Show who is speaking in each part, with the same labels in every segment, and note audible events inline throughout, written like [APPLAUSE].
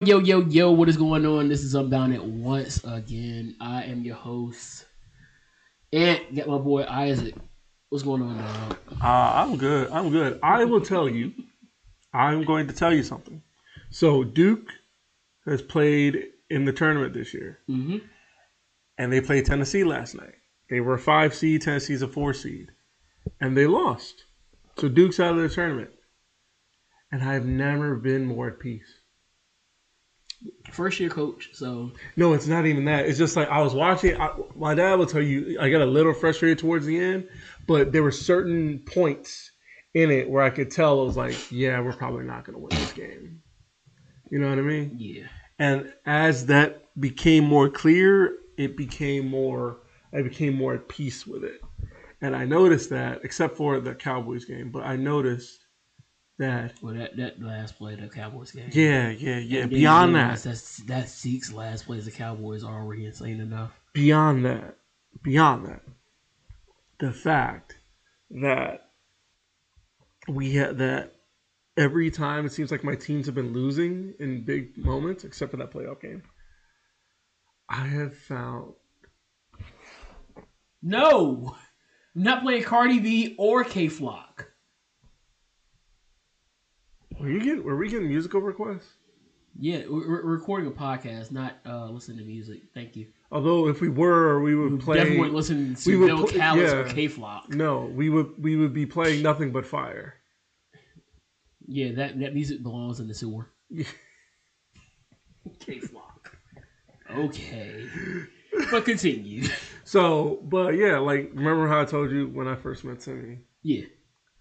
Speaker 1: Yo, yo, yo, what is going on? This is Unbound It once again. I am your host. And got my boy Isaac. What's going on, dog?
Speaker 2: Uh, I'm good. I'm good. I will tell you. I'm going to tell you something. So Duke has played in the tournament this year,
Speaker 1: Mm-hmm.
Speaker 2: and they played Tennessee last night. They were a five seed. Tennessee's a four seed, and they lost. So Duke's out of the tournament, and I've never been more at peace.
Speaker 1: First year coach, so
Speaker 2: No, it's not even that. It's just like I was watching. I, my dad will tell you I got a little frustrated towards the end, but there were certain points in it where I could tell I was like, yeah, we're probably not going to win this game. You know what I mean?
Speaker 1: yeah.
Speaker 2: And as that became more clear, it became more. I became more at peace with it, and I noticed that, except for the Cowboys game, but I noticed that.
Speaker 1: Well, that, that last play, of the Cowboys game.
Speaker 2: Yeah, yeah, yeah.
Speaker 1: And then
Speaker 2: Beyond
Speaker 1: you
Speaker 2: that,
Speaker 1: realize that's, that Zeke's last play as a Cowboy is already insane enough.
Speaker 2: beyond that, beyond that, the fact that we had that every time it seems like my teams have been losing in big moments, except for that playoff game. I have found
Speaker 1: No! I'm not playing Cardi B or K Flock.
Speaker 2: were you getting were we getting musical requests?
Speaker 1: Yeah, we're, we're recording a podcast, not uh, listening to music. Thank you.
Speaker 2: Although if we were, we
Speaker 1: We
Speaker 2: would play.
Speaker 1: definitely weren't listening to
Speaker 2: we would
Speaker 1: Bill
Speaker 2: pl-
Speaker 1: Callis or
Speaker 2: yeah.
Speaker 1: K Flock.
Speaker 2: No, we would we would be playing nothing but fire.
Speaker 1: Yeah, that, that music belongs in the [LAUGHS] sewer.
Speaker 2: Yeah.
Speaker 1: K Flock. Okay. But continue.
Speaker 2: So, but yeah, like remember how I told you when I first met Timmy,
Speaker 1: Yeah.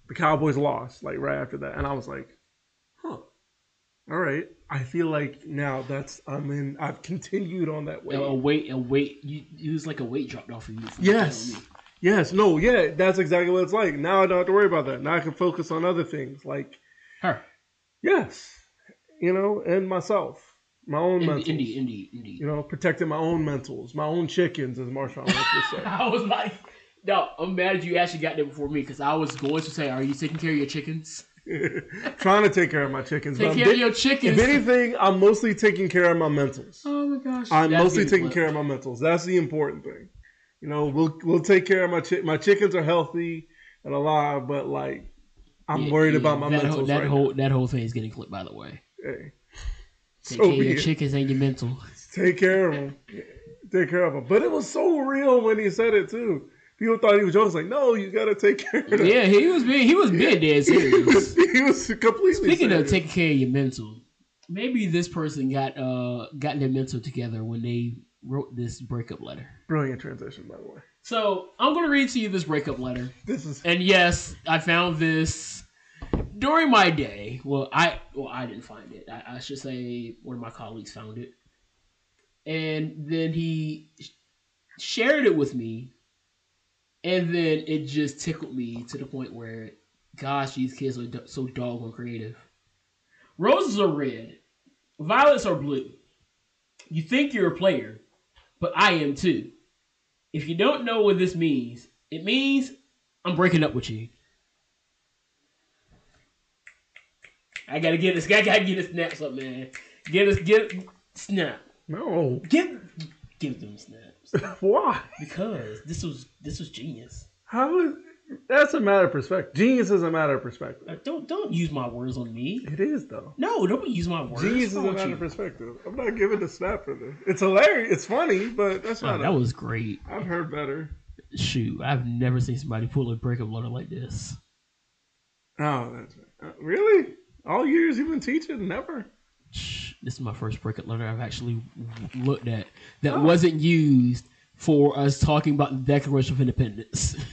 Speaker 2: the Cowboys lost like right after that, and I was like, huh, all right. I feel like now that's I'm in. I've continued on that way.
Speaker 1: A, a weight, a weight. You, it was like a weight dropped off of you. from
Speaker 2: Yes.
Speaker 1: telling me.
Speaker 2: Yes, no, yeah, that's exactly what it's like. Now I don't have to worry about that. Now I can focus on other things, like
Speaker 1: Her.
Speaker 2: yes, you know, and myself, my own
Speaker 1: Indeed,
Speaker 2: mental.
Speaker 1: indeed, indeed, indeed.
Speaker 2: you know, protecting my own mentals, my own chickens, as Marshawn Lynch would say.
Speaker 1: [LAUGHS] I was like, no, I'm mad you actually got there before me because I was going to say, are you taking care of your chickens?
Speaker 2: [LAUGHS] Trying to take care of my chickens.
Speaker 1: Take
Speaker 2: but I'm
Speaker 1: care of
Speaker 2: di-
Speaker 1: your chickens.
Speaker 2: if anything, I'm mostly taking care of my mentals.
Speaker 1: oh my gosh.
Speaker 2: I'm
Speaker 1: That's
Speaker 2: mostly
Speaker 1: getting
Speaker 2: taking
Speaker 1: flipped.
Speaker 2: care of my mentals. That's the important thing. You know, we'll we'll take care of my chi- my chickens are healthy and alive, but like I'm
Speaker 1: Yeah,
Speaker 2: worried
Speaker 1: yeah,
Speaker 2: about my
Speaker 1: that
Speaker 2: mentals
Speaker 1: Whole, that
Speaker 2: right
Speaker 1: whole that whole thing is getting clipped, by the way.
Speaker 2: now. Hey,
Speaker 1: Take
Speaker 2: So
Speaker 1: care of
Speaker 2: be
Speaker 1: your
Speaker 2: it.
Speaker 1: chickens and your mental.
Speaker 2: Take care of them. Take care of them. But it was so real when he said it too. People thought he was joking. It's like, no, you gotta take care of
Speaker 1: [LAUGHS]
Speaker 2: them.
Speaker 1: yeah, he was being he was being dead
Speaker 2: [LAUGHS] he
Speaker 1: serious.
Speaker 2: was, he was completely.
Speaker 1: Speaking of
Speaker 2: serious.
Speaker 1: taking care of your mental, maybe this person got uh got their mental together when they wrote this breakup letter.
Speaker 2: brilliant transition, by the way.
Speaker 1: So I'm gonna read to you this breakup letter.
Speaker 2: This
Speaker 1: [LAUGHS]
Speaker 2: is
Speaker 1: And yes, I found this during my day. Well, I well I didn't find it. I, I should say one of my colleagues found it, and then he sh- shared it with me, and then it just tickled me to the point where, gosh, these kids are do- so doggone creative. Roses are red, violets are blue. You think you're a player, but I am too. If you don't know what this means, it means I'm breaking up with you. I gotta get this. I gotta get a snaps up, man. Get us get snap.
Speaker 2: no.
Speaker 1: Give give them snaps
Speaker 2: [LAUGHS] Why?
Speaker 1: because this was this was genius.
Speaker 2: How is that's a matter of perspective. Genius is a matter of perspective.
Speaker 1: Uh, don't don't use my words on me.
Speaker 2: It is though.
Speaker 1: No, don't use my words.
Speaker 2: Genius is
Speaker 1: What's wrong with
Speaker 2: a matter
Speaker 1: you?
Speaker 2: of perspective. I'm not giving a snap for this. It's hilarious. It's funny, but that's
Speaker 1: Oh,
Speaker 2: not.
Speaker 1: that
Speaker 2: a,
Speaker 1: was great.
Speaker 2: I've heard better.
Speaker 1: Shoot, I've never seen somebody pull a breakup letter like this.
Speaker 2: Oh, that's uh, really all years you've been teaching. Never.
Speaker 1: Shh, This is my first breakup letter I've actually looked at that
Speaker 2: Oh.
Speaker 1: wasn't used for us talking about the Declaration of Independence. [LAUGHS]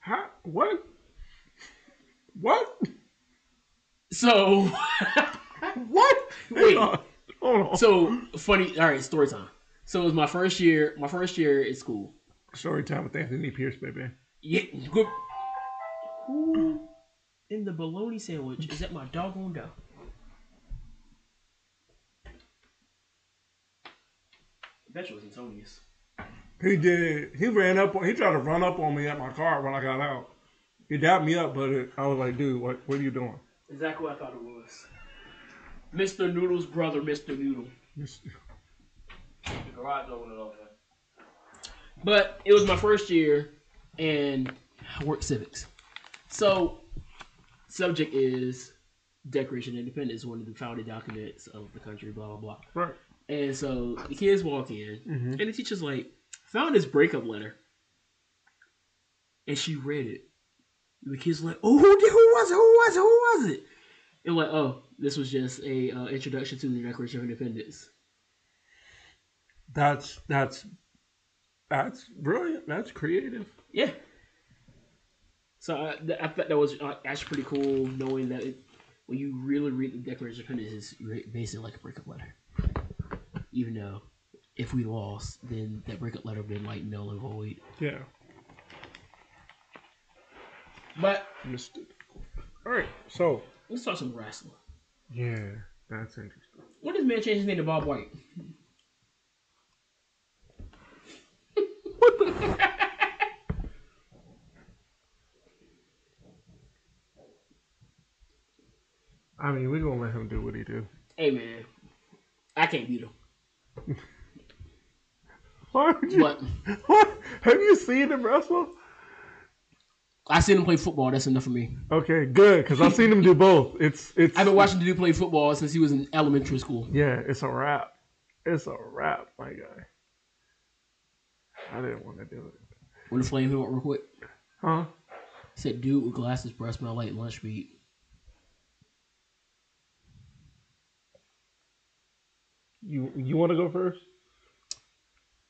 Speaker 2: How? What? What?
Speaker 1: So, [LAUGHS]
Speaker 2: What?
Speaker 1: Wait.
Speaker 2: Hold on. Hold on.
Speaker 1: so funny. All right, story time. So it was my first year. My first year at school.
Speaker 2: Story time with Anthony Pierce, baby.
Speaker 1: Yeah. Good. Who in the bologna sandwich is that my doggone dog? I bet you it was Antonius.
Speaker 2: He did. He ran up. He tried to run up on me at my car when I got out. He dapped me up, but it, I was like, "Dude, what? What are you doing?"
Speaker 1: Exactly what I thought it was. Mr. Noodle's brother, Mr. Noodle.
Speaker 3: The garage over and over.
Speaker 1: But it was my first year, and I worked civics. So, subject is Declaration of Independence, one of the founding documents of the country, blah, blah, blah.
Speaker 2: Right.
Speaker 1: And so the kids walk in,
Speaker 2: hmm
Speaker 1: and the teacher's like, found this breakup letter. And she read it. The kids were like, oh, who, did, who was it? Who was it? Who was it? And like, oh, this was just a uh, introduction to the Declaration of Independence.
Speaker 2: That's that's that's brilliant. That's creative.
Speaker 1: Yeah. So I, th- I thought that was uh, actually pretty cool, knowing that it, when you really read the Declaration of Independence, it's re- basically like a breakup letter. Even though if we lost, then that breakup letter would have been like null and void.
Speaker 2: Yeah.
Speaker 1: But
Speaker 2: Missed it. All right. So
Speaker 1: let's talk some wrestling.
Speaker 2: yeah, that's interesting.
Speaker 1: When does man change his name to Bob White?
Speaker 2: I mean, we're gonna let him do what he do. [LAUGHS]
Speaker 1: Hey man, I can't beat him.
Speaker 2: Why would you?
Speaker 1: But
Speaker 2: What? Have you seen him wrestle?
Speaker 1: I seen him play football. That's enough for me.
Speaker 2: Okay, good, because I've seen him do both. It's it's.
Speaker 1: I've been watching the dude play football since he was in elementary school.
Speaker 2: Yeah, it's a wrap. It's a wrap, my guy. I didn't want to do it.
Speaker 1: When the flame him up real quick,
Speaker 2: Huh?
Speaker 1: he said, "Dude with glasses, breath smell like lunch meat."
Speaker 2: You you want to go first?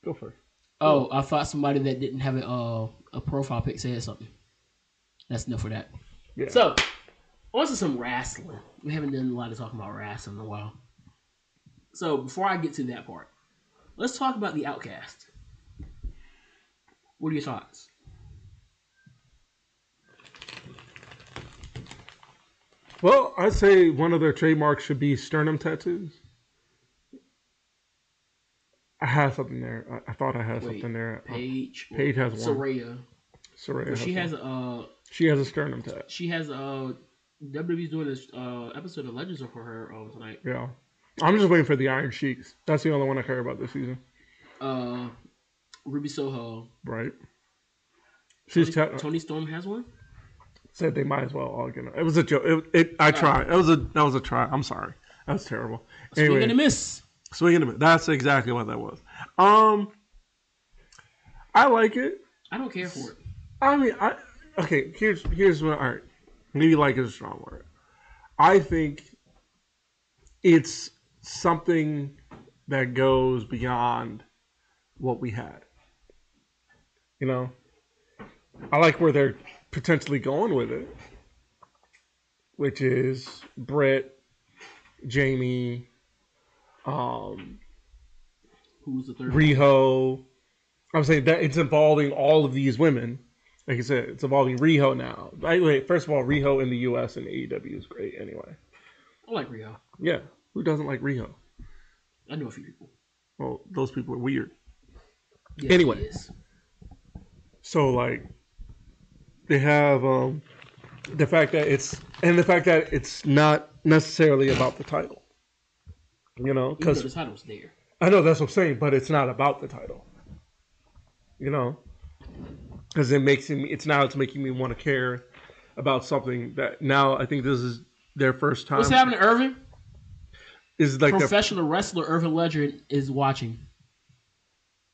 Speaker 2: Go first.
Speaker 1: Oh, I thought somebody that didn't have a uh, a profile pic said something. That's enough for that.
Speaker 2: Yeah.
Speaker 1: So, on to some wrestling. We haven't done a lot of talking about wrestling in a while. So, before I get to that part, let's talk about the Outcast. What are your thoughts?
Speaker 2: well, I'd say one of their trademarks should be sternum tattoos. I had something there. I, I thought I had
Speaker 1: Wait,
Speaker 2: something there. Um,
Speaker 1: Paige.
Speaker 2: Paige has one.
Speaker 1: Soraya.
Speaker 2: Soraya
Speaker 1: But she
Speaker 2: has
Speaker 1: has
Speaker 2: one.
Speaker 1: a uh,
Speaker 2: she has a sternum tattoo.
Speaker 1: she has a uh, WWE's doing this uh, episode of Legends for her um, tonight.
Speaker 2: Yeah. I'm just waiting for the Iron Sheets. That's the only one I care about this season.
Speaker 1: Uh, Ruby Soho.
Speaker 2: Right. She's
Speaker 1: Tony,
Speaker 2: ta-
Speaker 1: Tony Storm has one.
Speaker 2: said they might as well all get it. It was a joke. It, it I tried. That was a that was a try. I'm sorry. That was terrible. Anyway,
Speaker 1: Swing and a miss.
Speaker 2: swinging a minute. That's exactly what that was. Um, I like it.
Speaker 1: I don't care for it.
Speaker 2: I mean, I okay. Here's here's what. All right, maybe like is a strong word. I think it's something that goes beyond what we had. You know, I like where they're potentially going with it, which is Brett, Jamie, um,
Speaker 1: Who's the third?
Speaker 2: Riho. I'm saying that it's involving all of these women. Like I said, it's involving Riho now. By the way, first of all, Riho in the U.S. and AEW is great anyway.
Speaker 1: I like Rio.
Speaker 2: Yeah, who doesn't like Riho?
Speaker 1: I know a few people.
Speaker 2: Well, those people are weird.
Speaker 1: Yes,
Speaker 2: Anyway.
Speaker 1: he is.
Speaker 2: So like, they have um, the fact that it's and the fact that it's not necessarily about the title. You know,
Speaker 1: even though
Speaker 2: because
Speaker 1: the title's there.
Speaker 2: I know that's what I'm saying, but it's not about the title. You know, because it makes me. It's now it's making me want to care about something that now I think this is their first time.
Speaker 1: What's happening, Irvin?
Speaker 2: This Is like their,
Speaker 1: Professional wrestler Irvin Legend is watching.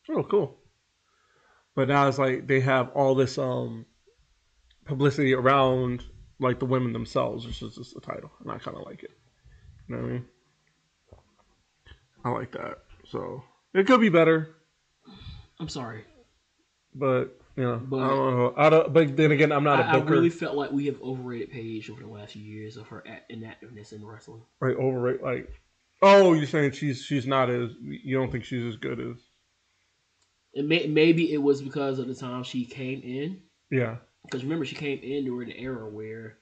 Speaker 2: oh cool, but now it's like they have all this um publicity around like the women themselves, which is just the title, and I kind of like it. You know what I mean? I like that. So it could be better.
Speaker 1: I'm sorry.
Speaker 2: But you know,
Speaker 1: But-
Speaker 2: I don't know. I don't. But then again, I'm not
Speaker 1: I,
Speaker 2: a
Speaker 1: I
Speaker 2: booker.
Speaker 1: really felt like we have overrated Paige over the last few years of her act- inactiveness in wrestling.
Speaker 2: Like overrate. Like, oh, you're saying she's she's not as you don't think she's as good as
Speaker 1: It may, maybe it was because of the time she came in.
Speaker 2: yeah
Speaker 1: Because remember, she came in during an era where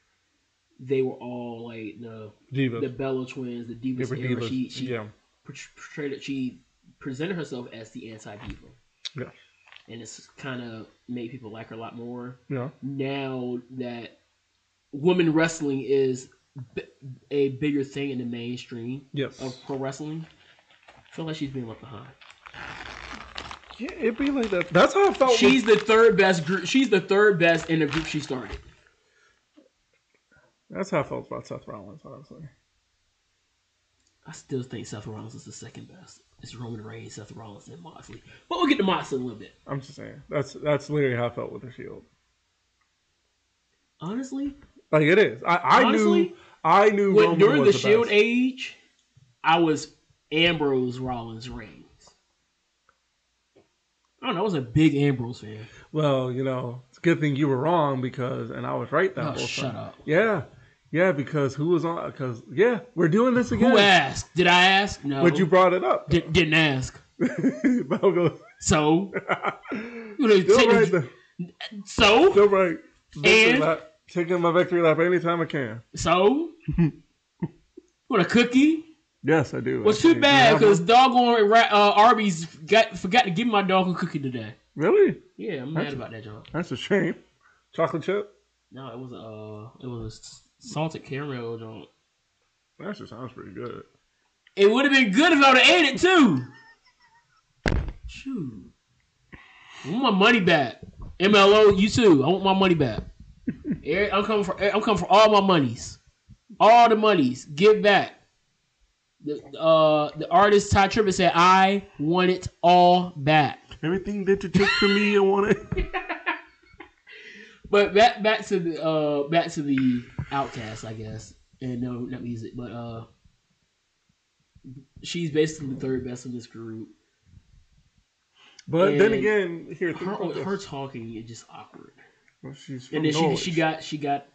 Speaker 1: they were all like the
Speaker 2: divas.
Speaker 1: the Bella twins, the Divas
Speaker 2: They were
Speaker 1: era.
Speaker 2: divas.
Speaker 1: She she
Speaker 2: yeah,
Speaker 1: portray- portrayed it. She presented herself as the anti diva.
Speaker 2: Yeah.
Speaker 1: And it's kind of made people like her a lot more.
Speaker 2: yeah,
Speaker 1: now that women wrestling is b- a bigger thing in the mainstream
Speaker 2: Yes.
Speaker 1: of pro wrestling. I feel like she's being left behind.
Speaker 2: Yeah, it'd be like that. That's how I felt. when-
Speaker 1: She's the third best group. She's the third best in the group she started.
Speaker 2: that's how I felt about Seth Rollins, honestly.
Speaker 1: I still think Seth Rollins is the second best. It's Roman Reigns, Seth Rollins, and Moxley. But we'll get to Moxley in a little bit.
Speaker 2: I'm just saying. That's that's literally how I felt with the Shield.
Speaker 1: Honestly,
Speaker 2: Like it is. I, I knew
Speaker 1: Honestly,
Speaker 2: I knew
Speaker 1: when,
Speaker 2: Roman
Speaker 1: during the
Speaker 2: was
Speaker 1: Shield
Speaker 2: best.
Speaker 1: age, I was Ambrose, Rollins, Reigns. I don't know. I was a big Ambrose fan.
Speaker 2: Well, you know, it's a good thing you were wrong because, and I was right that
Speaker 1: Oh,
Speaker 2: whole
Speaker 1: shut
Speaker 2: time.
Speaker 1: up.
Speaker 2: Yeah, yeah, because who was on? Because yeah, we're doing this again.
Speaker 1: Who asked? Did I ask? No.
Speaker 2: But you brought it
Speaker 1: [LAUGHS]
Speaker 2: up.
Speaker 1: Did, didn't ask.
Speaker 2: But I'll
Speaker 1: [LAUGHS]
Speaker 2: go-
Speaker 1: So, you
Speaker 2: [LAUGHS]
Speaker 1: know,
Speaker 2: Still
Speaker 1: take
Speaker 2: right.
Speaker 1: the,
Speaker 2: though.
Speaker 1: so,
Speaker 2: Still right. Victory
Speaker 1: And-
Speaker 2: lap. Taking my victory lap anytime I can.
Speaker 1: so. What a cookie.
Speaker 2: Yes, I do.
Speaker 1: Well, too
Speaker 2: actually.
Speaker 1: bad
Speaker 2: Do you
Speaker 1: because
Speaker 2: have one?
Speaker 1: doggone Ra- uh, Arby's got, forgot to give me my dog a cookie today.
Speaker 2: really,
Speaker 1: Yeah, I'm
Speaker 2: That's-
Speaker 1: mad about that, John.
Speaker 2: that's a shame. Chocolate chip.
Speaker 1: No, it was a uh, it was a s- salted caramel, John.
Speaker 2: That actually sounds pretty good.
Speaker 1: It would have been good if I would have ate it too. Shoot, I want my money back. MLO, you too. I want my money back. Eh, I'm coming for eh, I'm coming for all my monies, all the monies. Give back. The uh the artist Ty Trippett said, "I want it all back."
Speaker 2: Everything that you took from me, I want it.
Speaker 1: But back back to the uh back to the outcast, I guess. And no, not music, but uh she's basically the third best in this group.
Speaker 2: [LAUGHS] But then
Speaker 1: And
Speaker 2: again, here, think
Speaker 1: Her,
Speaker 2: about this.
Speaker 1: her talking is just awkward.
Speaker 2: Well, she's from
Speaker 1: And then she
Speaker 2: Norwich.
Speaker 1: she got she got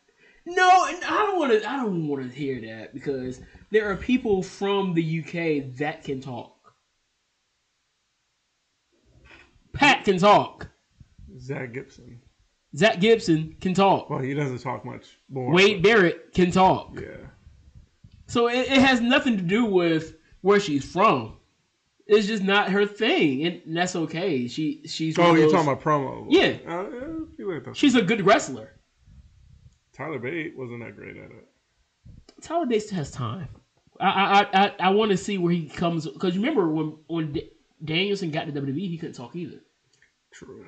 Speaker 1: No, and I don't wanna I don't wanna hear that because there are people from the UK that can talk. Pat can talk.
Speaker 2: Zach Gibson.
Speaker 1: Zach Gibson can talk.
Speaker 2: Well, he doesn't talk much. More.
Speaker 1: Wade Barrett can talk.
Speaker 2: Yeah.
Speaker 1: So it, it has nothing to do with where she's from. It's just not her thing, and that's okay. She she's one
Speaker 2: Oh,
Speaker 1: of
Speaker 2: you're
Speaker 1: those-
Speaker 2: talking about promo.
Speaker 1: Yeah.
Speaker 2: Uh, yeah, you like that.
Speaker 1: she's a good wrestler.
Speaker 2: Tyler Bate wasn't that great at it.
Speaker 1: Tyler Bates has time. I I I- I, I want to see where he comes because remember when when D- Danielson got to WWE, he couldn't talk either.
Speaker 2: True.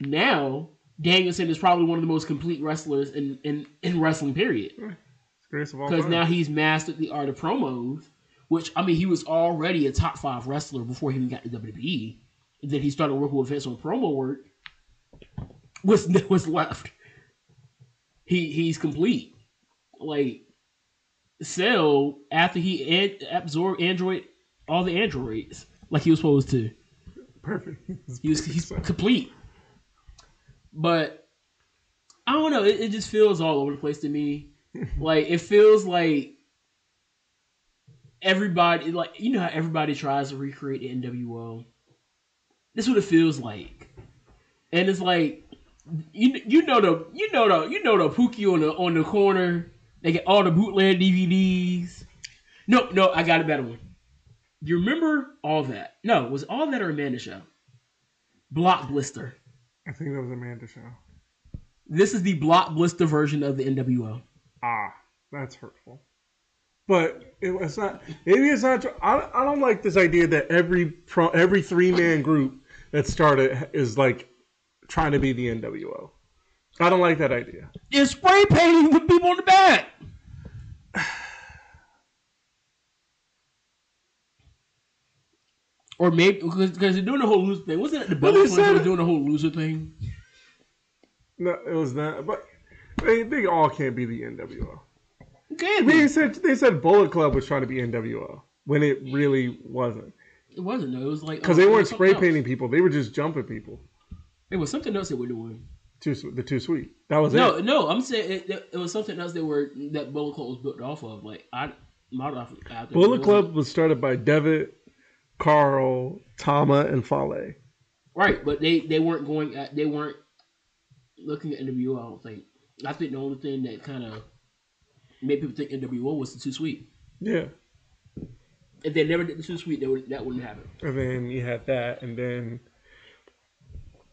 Speaker 1: Now Danielson is probably one of the most complete wrestlers in in, in wrestling period
Speaker 2: It's greatest of all
Speaker 1: because
Speaker 2: time.
Speaker 1: now he's mastered the art of promos. Which I mean, he was already a top five wrestler before he even got to WWE. And then he started working with Vince on promo work. what's [LAUGHS] what's left. He he's complete. Like Cell after he an- absorbed Android all the androids like he was supposed to.
Speaker 2: [LAUGHS] Perfect.
Speaker 1: He was he's complete. But I don't know. It, it just feels all over the place to me. like it feels like everybody like you know how everybody tries to recreate the NWO. This is what it feels like, and it's like you you know the you know the you know the Pookie on the on the corner. They get all the bootleg DVDs. No, no, I got a better one. You remember all that? No, was all that or Amanda Show? Block Blister.
Speaker 2: [LAUGHS] I think that was Amanda Show.
Speaker 1: This is the Block Blister version of the NWO.
Speaker 2: Ah, that's hurtful. But it, it's not. Maybe it's not. I, I don't like this idea that every pro, every three man group that started is like trying to be the NWO. I don't like that idea.
Speaker 1: It's spray painting with people on the back. [SIGHS] Or maybe because they're doing the whole loser thing. Wasn't it the
Speaker 2: Well,
Speaker 1: Bella
Speaker 2: they
Speaker 1: Twins that
Speaker 2: said-
Speaker 1: was doing the whole loser thing?
Speaker 2: No, it was not. But they, they all can't be the NWO.
Speaker 1: Okay,
Speaker 2: They
Speaker 1: it
Speaker 2: said they said Bullet Club was trying to be NWO when it really wasn't
Speaker 1: wasn't though. It was like
Speaker 2: because they
Speaker 1: um, it
Speaker 2: weren't
Speaker 1: was
Speaker 2: spray
Speaker 1: something
Speaker 2: painting
Speaker 1: else.
Speaker 2: people. They were just jumping people.
Speaker 1: It was something else they were doing.
Speaker 2: Too sweet. The too sweet. That was
Speaker 1: No,
Speaker 2: it.
Speaker 1: no, I'm saying it, it, it was something else they were that Bullet Club was built off of. Like I, my off after
Speaker 2: Bullet Club was started by Devitt, Carl, Tama, and Fale.
Speaker 1: Right, but they they weren't going at they weren't looking at NWO. I don't think. I think the only thing that kind of made people think NWO was the Too Sweet.
Speaker 2: Yeah.
Speaker 1: If they never did the Too Sweet, that would that wouldn't happen.
Speaker 2: And then you had that, and then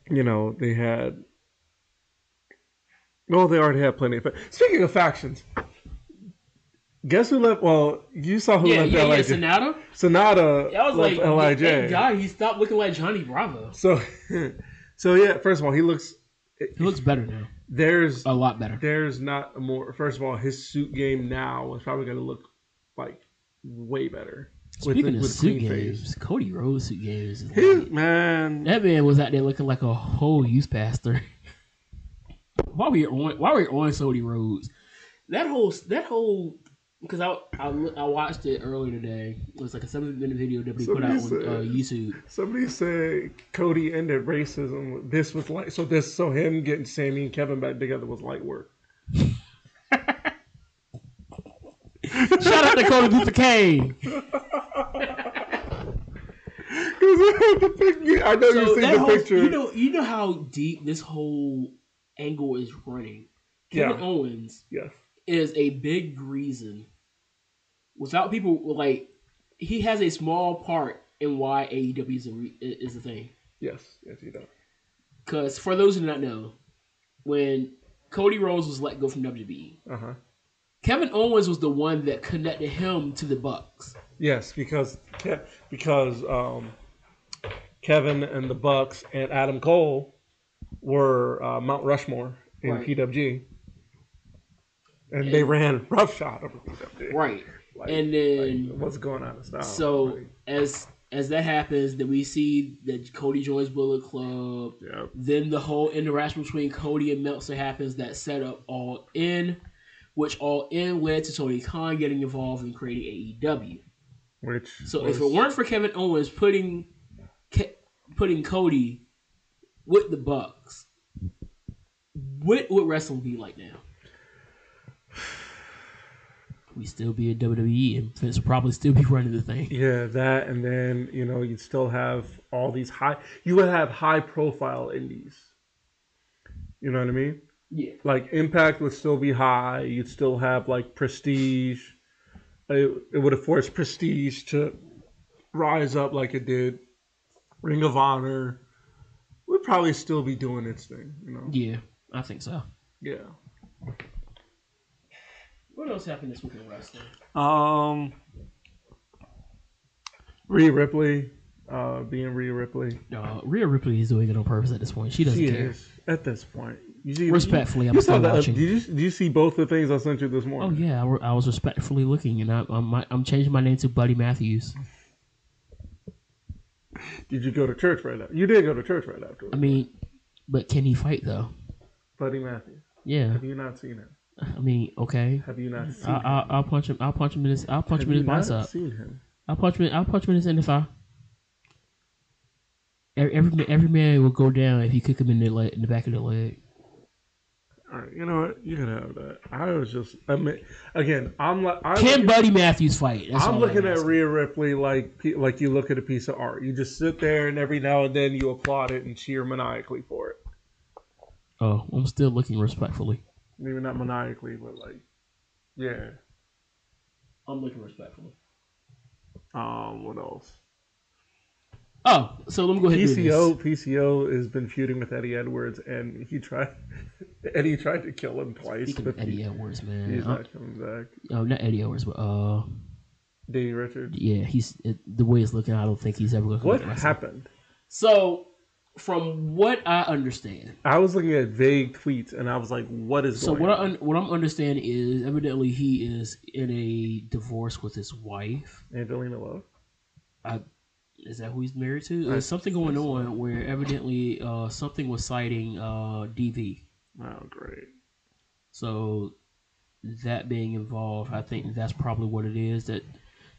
Speaker 2: you know they had. Well, they already had plenty of. But speaking of factions, Guess who left? Well, you saw who
Speaker 1: yeah,
Speaker 2: left
Speaker 1: yeah, yeah,
Speaker 2: Lij.
Speaker 1: Sonata.
Speaker 2: Sonata
Speaker 1: I was
Speaker 2: left
Speaker 1: like,
Speaker 2: Lij.
Speaker 1: thank God he stopped looking like Johnny Bravo.
Speaker 2: So, [LAUGHS] so yeah. First of all, he looks.
Speaker 1: He looks better now,
Speaker 2: There's
Speaker 1: a lot better.
Speaker 2: there's not a more. First of all, his suit game now is probably going to look like way better. with
Speaker 1: Speaking
Speaker 2: the-
Speaker 1: of
Speaker 2: with
Speaker 1: suit
Speaker 2: clean face.
Speaker 1: games, Cody Rhodes suit games. is
Speaker 2: His,
Speaker 1: like-
Speaker 2: man,
Speaker 1: that man was out there looking like a whole youth pastor. [LAUGHS] why we on? Why we on Cody Rhodes? That whole that whole because I, I I watched it earlier today. It was like a seven minute video that we put out on
Speaker 2: Somebody
Speaker 1: uh,
Speaker 2: said-
Speaker 1: YouTube.
Speaker 2: somebody said Cody ended racism. This was like so. This so him getting Sammy and Kevin back together was light work.
Speaker 1: [LAUGHS] Shout out to Cody Luther King.
Speaker 2: [LAUGHS] 'Cause the pic- [LAUGHS] I know you've
Speaker 1: So
Speaker 2: seen
Speaker 1: that
Speaker 2: the
Speaker 1: whole,
Speaker 2: picture.
Speaker 1: you know, you know how deep this whole angle is running. Kevin
Speaker 2: Yeah.
Speaker 1: Owens
Speaker 2: yes.
Speaker 1: is a big reason. Without people like, he has a small part in why AEW is a, re- is a thing.
Speaker 2: Yes. Yes. You know.
Speaker 1: Because for those who do not know, when Cody Rhodes was let go from WWE,
Speaker 2: Uh huh.
Speaker 1: Kevin Owens was the one that connected him to the Bucks.
Speaker 2: Yes, because Ke- because um, Kevin and the Bucks and Adam Cole were uh, Mount Rushmore in
Speaker 1: Right.
Speaker 2: PWG, and they ran roughshod over PWG.
Speaker 1: Right.
Speaker 2: Like-
Speaker 1: and then
Speaker 2: like, what's going on in style?
Speaker 1: so
Speaker 2: Like,
Speaker 1: as as that happens, then we see that Cody joins Bullet Club.
Speaker 2: yeah.
Speaker 1: Then the whole interaction between Cody and Meltzer happens that set up All In, which All In led to Tony Khan getting involved in creating E AEW.
Speaker 2: Which
Speaker 1: So
Speaker 2: was-
Speaker 1: if it weren't for Kevin Owens putting Ke- putting Cody with the Bucks, what would wrestling be like now? [SIGHS] We still be in WWE, and Vince would probably still be [LAUGHS] running the thing.
Speaker 2: yeah, that and then you know you'd still have all these high. You would have high profile indies. You know what I mean?
Speaker 1: Yeah,
Speaker 2: like impact would still be high you'd still have like prestige it, it would have forced prestige to rise up like it did ring of honor would probably still be doing its thing you know
Speaker 1: yeah, I think so.
Speaker 2: yeah
Speaker 1: What else happened this week in wrestling?
Speaker 2: um Rhea Ripley uh being Rhea Ripley
Speaker 1: No, Rhea Ripley is doing it on purpose at this point. She doesn't
Speaker 2: she
Speaker 1: care.
Speaker 2: is at this point you see,
Speaker 1: Respectfully,
Speaker 2: you,
Speaker 1: I'm
Speaker 2: you
Speaker 1: still
Speaker 2: saw that
Speaker 1: watching.
Speaker 2: did you did you see both the things I sent you this
Speaker 1: Oh
Speaker 2: morning
Speaker 1: yeah, I, were- I was respectfully looking, and I, I'm I'm changing my name to Buddy Matthews.
Speaker 2: did you go to church right after you did go to church right after
Speaker 1: I mean, but can he fight though?
Speaker 2: Buddy Matthews
Speaker 1: Yeah,
Speaker 2: have you not seen him
Speaker 1: I mean, okay.
Speaker 2: Have you not seen
Speaker 1: I,
Speaker 2: him?
Speaker 1: I, I'll punch him. I'll punch him in his. I'll punch
Speaker 2: Have
Speaker 1: him in
Speaker 2: you
Speaker 1: his
Speaker 2: not
Speaker 1: bicep.
Speaker 2: seen him?
Speaker 1: I'll punch him. I'll punch him in his in the thigh. Every, every ma- every man will go down if you kick him in the leg, in the back of the leg.
Speaker 2: All right, you know what? You can have that. I was just, I mean, again, I'm like, I
Speaker 1: Can Buddy Matthews fight? That's
Speaker 2: I'm
Speaker 1: all
Speaker 2: looking at
Speaker 1: asking.
Speaker 2: Rhea Ripley like, pe- like you look at a piece of art. You just sit there, and every now and then you applaud it and cheer maniacally for it.
Speaker 1: Oh, I'm still looking respectfully.
Speaker 2: Maybe not maniacally, but like, yeah.
Speaker 1: I'm looking respectfully.
Speaker 2: Um, what else?
Speaker 1: Oh, so let me go ahead. And do this.
Speaker 2: PCO, PCO has been feuding with Eddie Edwards, and he tried, [LAUGHS] Eddie tried to kill him twice,
Speaker 1: Speaking
Speaker 2: but
Speaker 1: of Eddie
Speaker 2: he,
Speaker 1: Edwards, man.
Speaker 2: he's
Speaker 1: Uh,
Speaker 2: not coming back.
Speaker 1: oh, not Eddie Edwards, but uh,
Speaker 2: Danny Richards.
Speaker 1: yeah, he's it, the way it's looking. I don't think he's ever going to.
Speaker 2: What happened?
Speaker 1: So, from what I understand,
Speaker 2: I was looking at vague tweets and I was like, what is
Speaker 1: so
Speaker 2: going
Speaker 1: what I
Speaker 2: on?
Speaker 1: un- what I'm understanding is evidently he is in a divorce with his wife.
Speaker 2: Angelina Love?
Speaker 1: I, is that who he's married to?
Speaker 2: I-
Speaker 1: There's something going
Speaker 2: I saw
Speaker 1: on where evidently uh, something was citing uh, DV.
Speaker 2: Oh, great.
Speaker 1: So that being involved, I think that's probably what it is that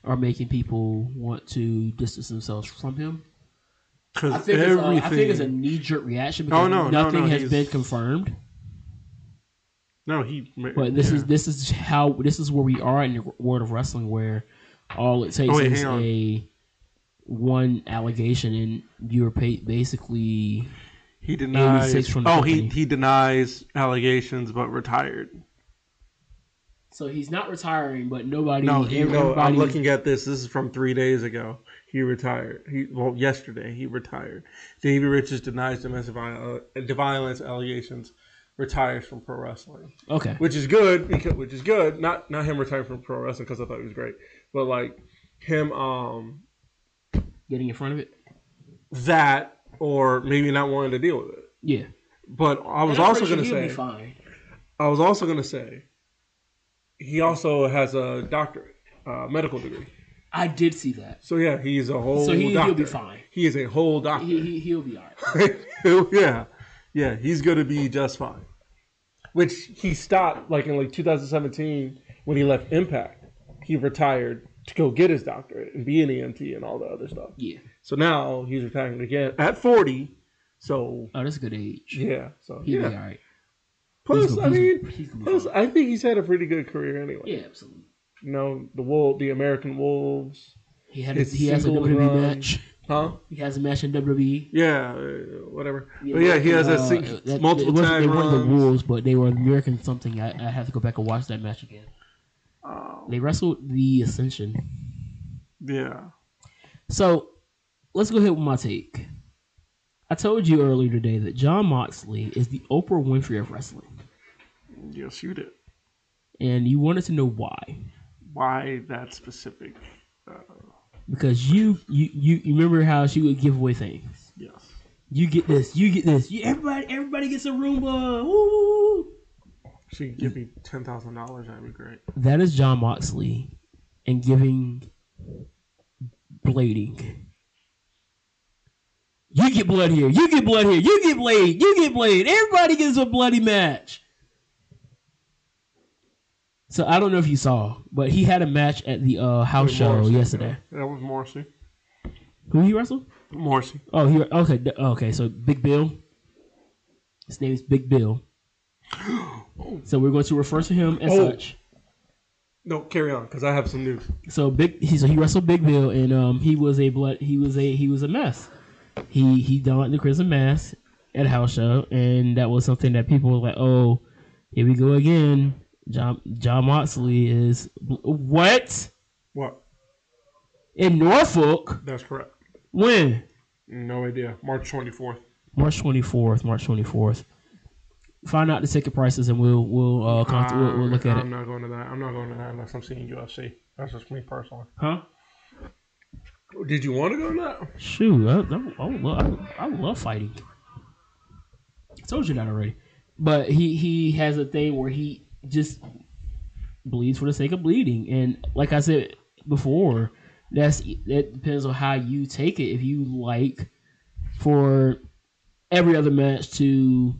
Speaker 1: are making people want to distance themselves from him. I
Speaker 2: Because
Speaker 1: think, it's, uh,
Speaker 2: everything.
Speaker 1: I think it's a knee jerk reaction because
Speaker 2: Oh, no, no,
Speaker 1: nothing
Speaker 2: no,
Speaker 1: has
Speaker 2: he's-
Speaker 1: been confirmed.
Speaker 2: no, he. ma-
Speaker 1: But this
Speaker 2: yeah.
Speaker 1: is this is how this is where we are in the world of wrestling, where all it takes
Speaker 2: Oh, wait,
Speaker 1: is
Speaker 2: hang on.
Speaker 1: a one allegation, and you're pa- basically
Speaker 2: He denies.
Speaker 1: from the
Speaker 2: Oh, he,
Speaker 1: company.
Speaker 2: he denies allegations but retired.
Speaker 1: so he's not retiring, but nobody.
Speaker 2: No, he, no,
Speaker 1: everybody-
Speaker 2: I'm looking at this. This is from three days ago. He retired. He Well, yesterday, he retired. Davey Richards denies domestic viol- uh, violence allegations retires from pro wrestling,
Speaker 1: Okay.
Speaker 2: which is good. Because, which is good. Not not him retiring from pro wrestling because I thought he was great, but like him um
Speaker 1: Getting in front of it.
Speaker 2: that or maybe not wanting to deal with it.
Speaker 1: Yeah.
Speaker 2: But I was
Speaker 1: And I'm
Speaker 2: also
Speaker 1: pretty
Speaker 2: gonna
Speaker 1: sure
Speaker 2: say
Speaker 1: he'll be fine.
Speaker 2: I was also gonna say he also has a doctorate, uh, medical degree.
Speaker 1: I did see that.
Speaker 2: So yeah, he's a whole.
Speaker 1: So he,
Speaker 2: Oh, doctor.
Speaker 1: he'll be fine.
Speaker 2: He is a whole doctor.
Speaker 1: He, he he'll be all right.
Speaker 2: [LAUGHS] Oh, yeah, yeah, he's gonna be just fine. Which he stopped like in like 2017 when he left Impact. He retired to go get his doctorate and be an EMT and all the other stuff.
Speaker 1: Yeah.
Speaker 2: So now he's retiring again at 40. So
Speaker 1: Oh, that's a good age.
Speaker 2: yeah, so
Speaker 1: He'll be
Speaker 2: yeah.
Speaker 1: all right.
Speaker 2: Plus,
Speaker 1: He's
Speaker 2: I
Speaker 1: gonna- he's-
Speaker 2: mean,
Speaker 1: he's gonna be
Speaker 2: [LAUGHS] plus
Speaker 1: fine.
Speaker 2: I think he's had a pretty good career anyway.
Speaker 1: yeah, absolutely.
Speaker 2: You know, the wolf, the American Wolves,
Speaker 1: He had
Speaker 2: His
Speaker 1: he has a
Speaker 2: singles
Speaker 1: WWE
Speaker 2: run.
Speaker 1: match.
Speaker 2: huh?
Speaker 1: He has a match in E. WWE.
Speaker 2: Yeah, uh, whatever. But yeah, he has
Speaker 1: uh,
Speaker 2: a sing-
Speaker 1: that-
Speaker 2: multiple
Speaker 1: it wasn't-
Speaker 2: tag
Speaker 1: They weren't the
Speaker 2: runs.
Speaker 1: Wolves, but they were American something. I, I have to go back and watch that match again.
Speaker 2: Oh,
Speaker 1: They wrestled the Ascension.
Speaker 2: yeah.
Speaker 1: So let's go ahead with my take. I told you earlier today that John Moxley is the Oprah Winfrey of wrestling,
Speaker 2: Yes, you did.
Speaker 1: and you wanted to know why.
Speaker 2: Why that specific? Uh,
Speaker 1: Because you you you you remember how she would give away things.
Speaker 2: yes.
Speaker 1: You get this, you get this. You, everybody everybody gets a Roomba. Woo!
Speaker 2: She could give me ten thousand dollars. That'd be great.
Speaker 1: That is John Moxley and giving blading. You get blood here. You get blood here. You get blade. You get blade. Everybody gets a bloody match. So I don't know if you saw, but he had a match at the uh, house
Speaker 2: With
Speaker 1: show
Speaker 2: Morrissey,
Speaker 1: yesterday.
Speaker 2: yeah. That was Morrissey.
Speaker 1: Who he wrestled?
Speaker 2: Morrissey.
Speaker 1: Oh, he okay. d- Okay, so Big Bill. His name is Big
Speaker 2: [GASPS]
Speaker 1: Bill. So we're going to refer to him as
Speaker 2: Oh.
Speaker 1: such.
Speaker 2: No, carry on, because I have some news.
Speaker 1: so big he so he wrestled Big Bill and um he was a blood he was a he was a mess. He he donned the crimson mask at a house show and that was something that people were like, Oh, here we go again. John John Moxley is what?
Speaker 2: What?
Speaker 1: In Norfolk?
Speaker 2: That's correct.
Speaker 1: When?
Speaker 2: No idea. March twenty fourth.
Speaker 1: March twenty fourth, March twenty fourth. Find out the ticket prices and we'll we'll uh con- we'll, we'll look at
Speaker 2: I'm
Speaker 1: it.
Speaker 2: not going to that. I'm not going to that unless I'm seeing UFC. That's just me personally.
Speaker 1: Huh?
Speaker 2: Did you want to go to that?
Speaker 1: Shoot, I, I, I, would love, I, would- I would love fighting. I told you that already. But he he has a thing where he just bleeds for the sake of bleeding, and like I said before, that's that depends on how you take it. If you like for every other match to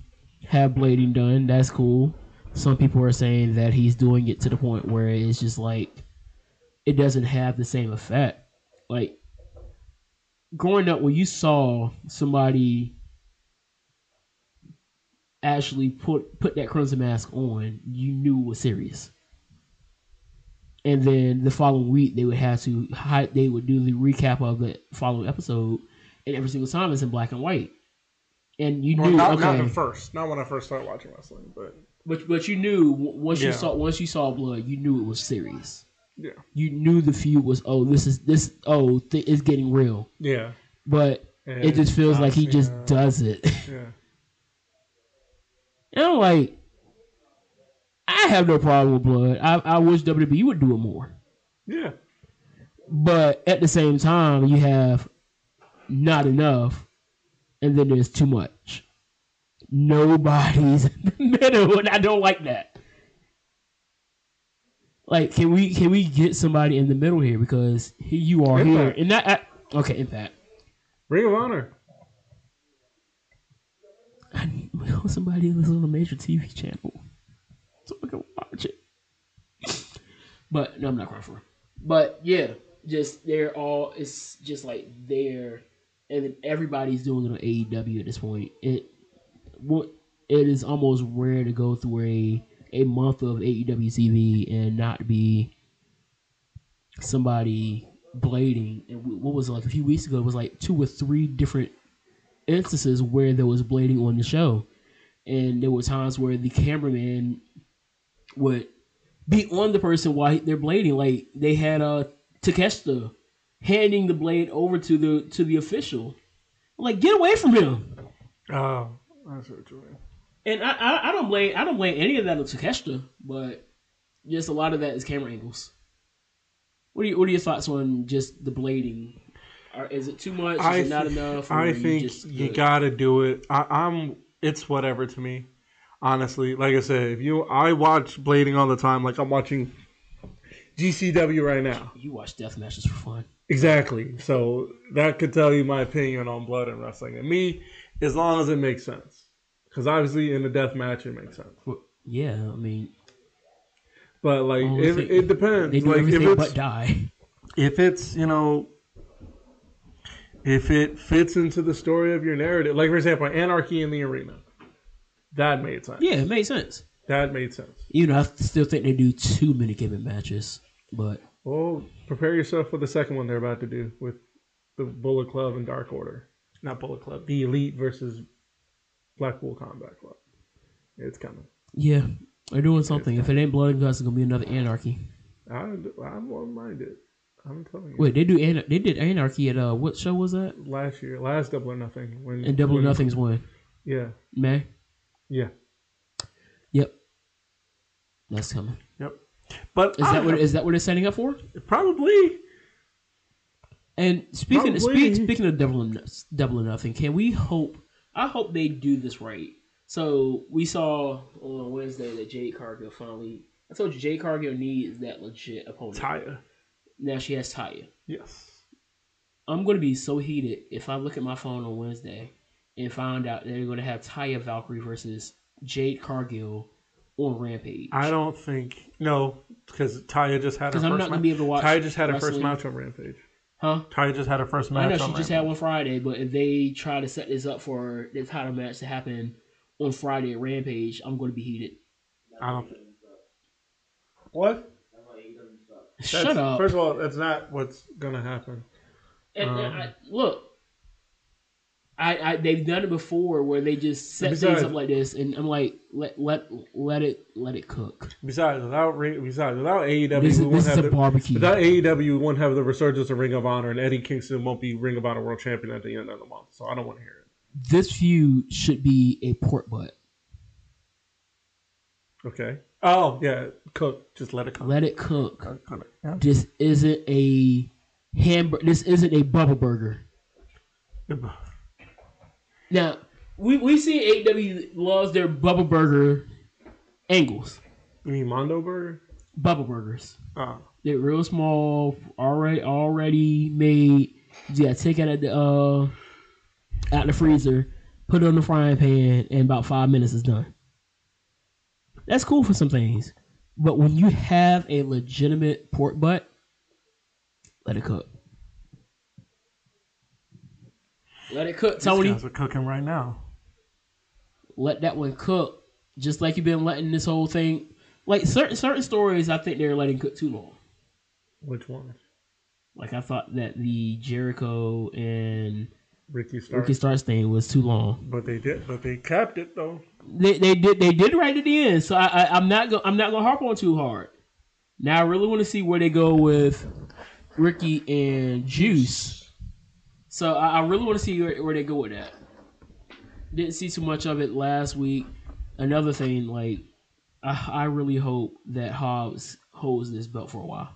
Speaker 1: have blading done, that's cool. Some people are saying that he's doing it to the point where it's just like it doesn't have the same effect. Like growing up when you saw somebody actually put put that crimson mask on you knew it was serious and then the following week they would have to hide they would do the recap of the following episode and every single time it's in black and white and you
Speaker 2: Well,
Speaker 1: knew
Speaker 2: not, not
Speaker 1: okay
Speaker 2: at first. Not when I first started watching wrestling, but
Speaker 1: but but you knew w- once you
Speaker 2: Yeah.
Speaker 1: saw once you saw blood you knew it was serious
Speaker 2: yeah,
Speaker 1: you knew the feud was oh this is this oh th- it's getting real
Speaker 2: yeah.
Speaker 1: but it just feels like he just
Speaker 2: uh,
Speaker 1: does it [LAUGHS]
Speaker 2: Yeah.
Speaker 1: And I'm like, I have no problem with blood. I, I wish WWE would do it more.
Speaker 2: Yeah.
Speaker 1: But at the same time, you have not enough, and then there's too much. Nobody's [LAUGHS] in the middle, and I don't like that. Like, can we can we get somebody in the middle here? Because here you are here,
Speaker 2: Impact.
Speaker 1: and not I, okay. Impact.
Speaker 2: Ring of Honor.
Speaker 1: I need somebody that's on a major TV channel so I can watch it. But no, I'm not crying for. Her. But yeah, just they're all. It's just like they're, and then everybody's doing it on AEW at this point. It what it is almost rare to go through a a E month of AEW TV and not be somebody blading. And wh- what was it like a few weeks ago? It was like two or three different instances where there was blading on the show, and there were times where the cameraman would be on the person while he- they're blading. Like they had uh Takeshita handing the blade over to the to the official. Like get away from him!
Speaker 2: Oh, that's what you mean.
Speaker 1: And I, I, I don't blame I don't blame any of that on Takeshita, but just a lot of that is camera angles. What are you, what are your thoughts on just the blading? Or is it too much? Is
Speaker 2: I
Speaker 1: it not
Speaker 2: thi-
Speaker 1: enough? Or
Speaker 2: I
Speaker 1: you
Speaker 2: think
Speaker 1: just
Speaker 2: you
Speaker 1: good?
Speaker 2: gotta do it. I, I'm. It's whatever to me. Honestly, like I said, if you, I watch blading all the time. Like I'm watching GCW right now.
Speaker 1: you watch death matches for fun.
Speaker 2: Exactly. So that could tell you my opinion on blood and wrestling. And me, as long as it makes sense, because obviously in the death match it makes sense.
Speaker 1: Yeah, I mean
Speaker 2: But like
Speaker 1: Well,
Speaker 2: it,
Speaker 1: they-
Speaker 2: it depends.
Speaker 1: they do
Speaker 2: like if
Speaker 1: everything
Speaker 2: it's
Speaker 1: but die. [LAUGHS]
Speaker 2: if it's you know if it fits into the story of your narrative like for example anarchy in the arena that made sense
Speaker 1: Yeah, it made sense.
Speaker 2: that made sense
Speaker 1: You know, I still think they do too many gimmick matches, but
Speaker 2: well prepare yourself for the second one they're about to do with the bullet club and dark order not bullet club the elite versus blackpool combat club it's coming
Speaker 1: yeah, they're doing something. If it ain't blood and guts, it's gonna be another anarchy.
Speaker 2: I, i'm one-minded i'm telling you
Speaker 1: Wait, they do anar- they did anarchy at uh what show was that?
Speaker 2: last year last double or nothing when
Speaker 1: And Double or
Speaker 2: when-
Speaker 1: Nothing's one.
Speaker 2: yeah
Speaker 1: Man,
Speaker 2: yeah
Speaker 1: yep, that's coming.
Speaker 2: yep but
Speaker 1: Is
Speaker 2: I-
Speaker 1: that what is that what it's setting up for?
Speaker 2: probably
Speaker 1: And speaking
Speaker 2: Probably.
Speaker 1: speak, speaking of Double or, No- Double or Nothing, can we hope? I hope they do this right. So we saw on Wednesday that Jade Cargill finally. I told you Jade Cargill needs that legit opponent.
Speaker 2: Taya.
Speaker 1: Now she has Taya.
Speaker 2: Yes.
Speaker 1: I'm gonna be so heated if I look at my phone on Wednesday and find out they're gonna have Taya Valkyrie versus Jade Cargill on Rampage.
Speaker 2: I don't think no, because Taya just had her
Speaker 1: 'Cause
Speaker 2: first.
Speaker 1: I'm not gonna
Speaker 2: match.
Speaker 1: be able to watch
Speaker 2: Taya just had her first
Speaker 1: wrestling.
Speaker 2: match on Rampage.
Speaker 1: huh?
Speaker 2: Taya just had her first match.
Speaker 1: I know she
Speaker 2: on
Speaker 1: just had
Speaker 2: Rampage.
Speaker 1: one Friday, but if they try to set this up for the title match to happen on Friday at Rampage, I'm going to be heated.
Speaker 2: I don't. What?
Speaker 1: Shut up.
Speaker 2: First of all, that's not what's gonna happen.
Speaker 1: And- and
Speaker 2: um,
Speaker 1: I- look, I, I they've done it before where they just set
Speaker 2: Besides-
Speaker 1: things up like this, and I'm like, let let let it let it cook.
Speaker 2: Besides, without Ra- besides without AEW,
Speaker 1: This,
Speaker 2: we
Speaker 1: is
Speaker 2: won't
Speaker 1: this is
Speaker 2: have
Speaker 1: a
Speaker 2: the,
Speaker 1: barbecue.
Speaker 2: without AEW, we won't have the resurgence of Ring of Honor, and Eddie Kingston won't be Ring of Honor World Champion at the end of the month. So I don't want to hear
Speaker 1: This feud should be a pork butt.
Speaker 2: it. Okay. Oh yeah, cook. Just let it come.
Speaker 1: Let it cook.
Speaker 2: Cook, cook it. Yeah.
Speaker 1: This isn't a hamburger. This isn't a bubble burger. Now we we see AW loves their bubble burger angles.
Speaker 2: You mean Mondo Burger?
Speaker 1: Bubble burgers.
Speaker 2: Oh.
Speaker 1: They're real small, already already made. You gotta take it out the uh out the freezer, put it on the frying pan, and about five minutes is done. That's cool for some things. But when you have a legitimate pork butt, let it cook. Let it cook, Tony.
Speaker 2: are cooking right now.
Speaker 1: let that one cook, just like you've been letting this whole thing. Like certain certain stories, I think they're letting cook too long.
Speaker 2: Which one?
Speaker 1: Like I thought that the Jericho and
Speaker 2: Ricky Stark.
Speaker 1: Ricky Starks thing was too long.
Speaker 2: But they did. But they capped it though.
Speaker 1: They, they did they did right at the end, so I, I I'm not go, I'm not gonna harp on too hard. Now I really want to see where they go with Ricky and Juice. So I, I really want to see where, where they go with that. Didn't see too much of it last week. Another thing, like I, I really hope that Hobbs holds this belt for a while.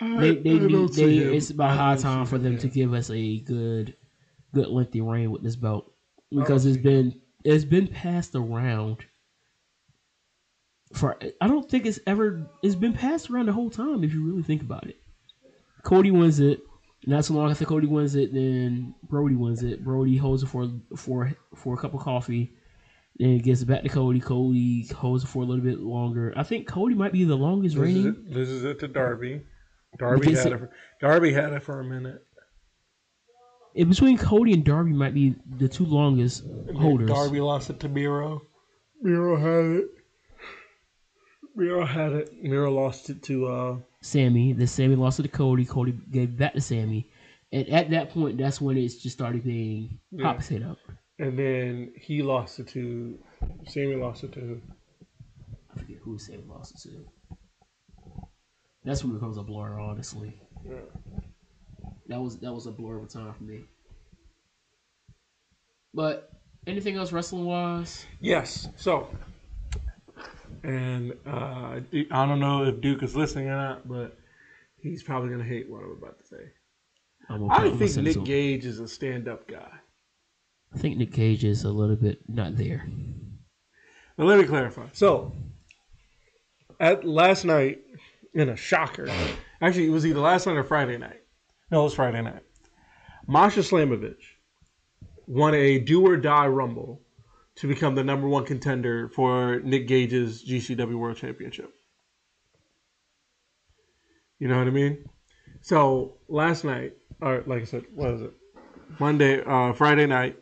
Speaker 2: Uh,
Speaker 1: they, they, need, they it's about high time for them to give us a good good lengthy reign with this belt because it's been it's been passed around for I don't think it's ever it's been passed around the whole time if you really think about it. Cody wins it. Not so long after Cody wins it, then Brody wins it. Brody holds it for for for a cup of coffee. Then it gets back to Cody. Cody holds it for a little bit longer. I think Cody might be the longest
Speaker 2: This is,
Speaker 1: reigning.
Speaker 2: it, this is it to Darby. Darby
Speaker 1: Because
Speaker 2: had
Speaker 1: it-
Speaker 2: it. For, Darby had it for a minute.
Speaker 1: in between Cody and Darby might be the two longest holders.
Speaker 2: Darby lost it to Miro. Miro had it. Miro had it. Miro lost it to. uh
Speaker 1: Sammy, then Sammy lost it to Cody. Cody gave back to Sammy, and at that point, that's when it's just started being
Speaker 2: Yeah.
Speaker 1: hot potato.
Speaker 2: And then he lost it to. Sammy lost it to. who?
Speaker 1: I forget who Sammy lost it to. That's when it becomes a blur, honestly.
Speaker 2: Yeah.
Speaker 1: That was that was a blur of a time for me. But Anything else wrestling wise?
Speaker 2: Yes. So, and uh, Du- I don't know if Duke is listening or not, but he's probably gonna hate what I'm about to say.
Speaker 1: I'm
Speaker 2: I think Nick Gage is a stand-up guy.
Speaker 1: I think Nick Cage is a little bit not there.
Speaker 2: Now let me clarify. So, at last night, in a shocker, actually it was either last night or Friday night. No, it was Friday night. Masha Slamovich won a do or die rumble to become the number one contender for Nick Gage's GCW World Championship. You know what I mean? So last night, or like I said, what is it? Monday, uh, Friday night,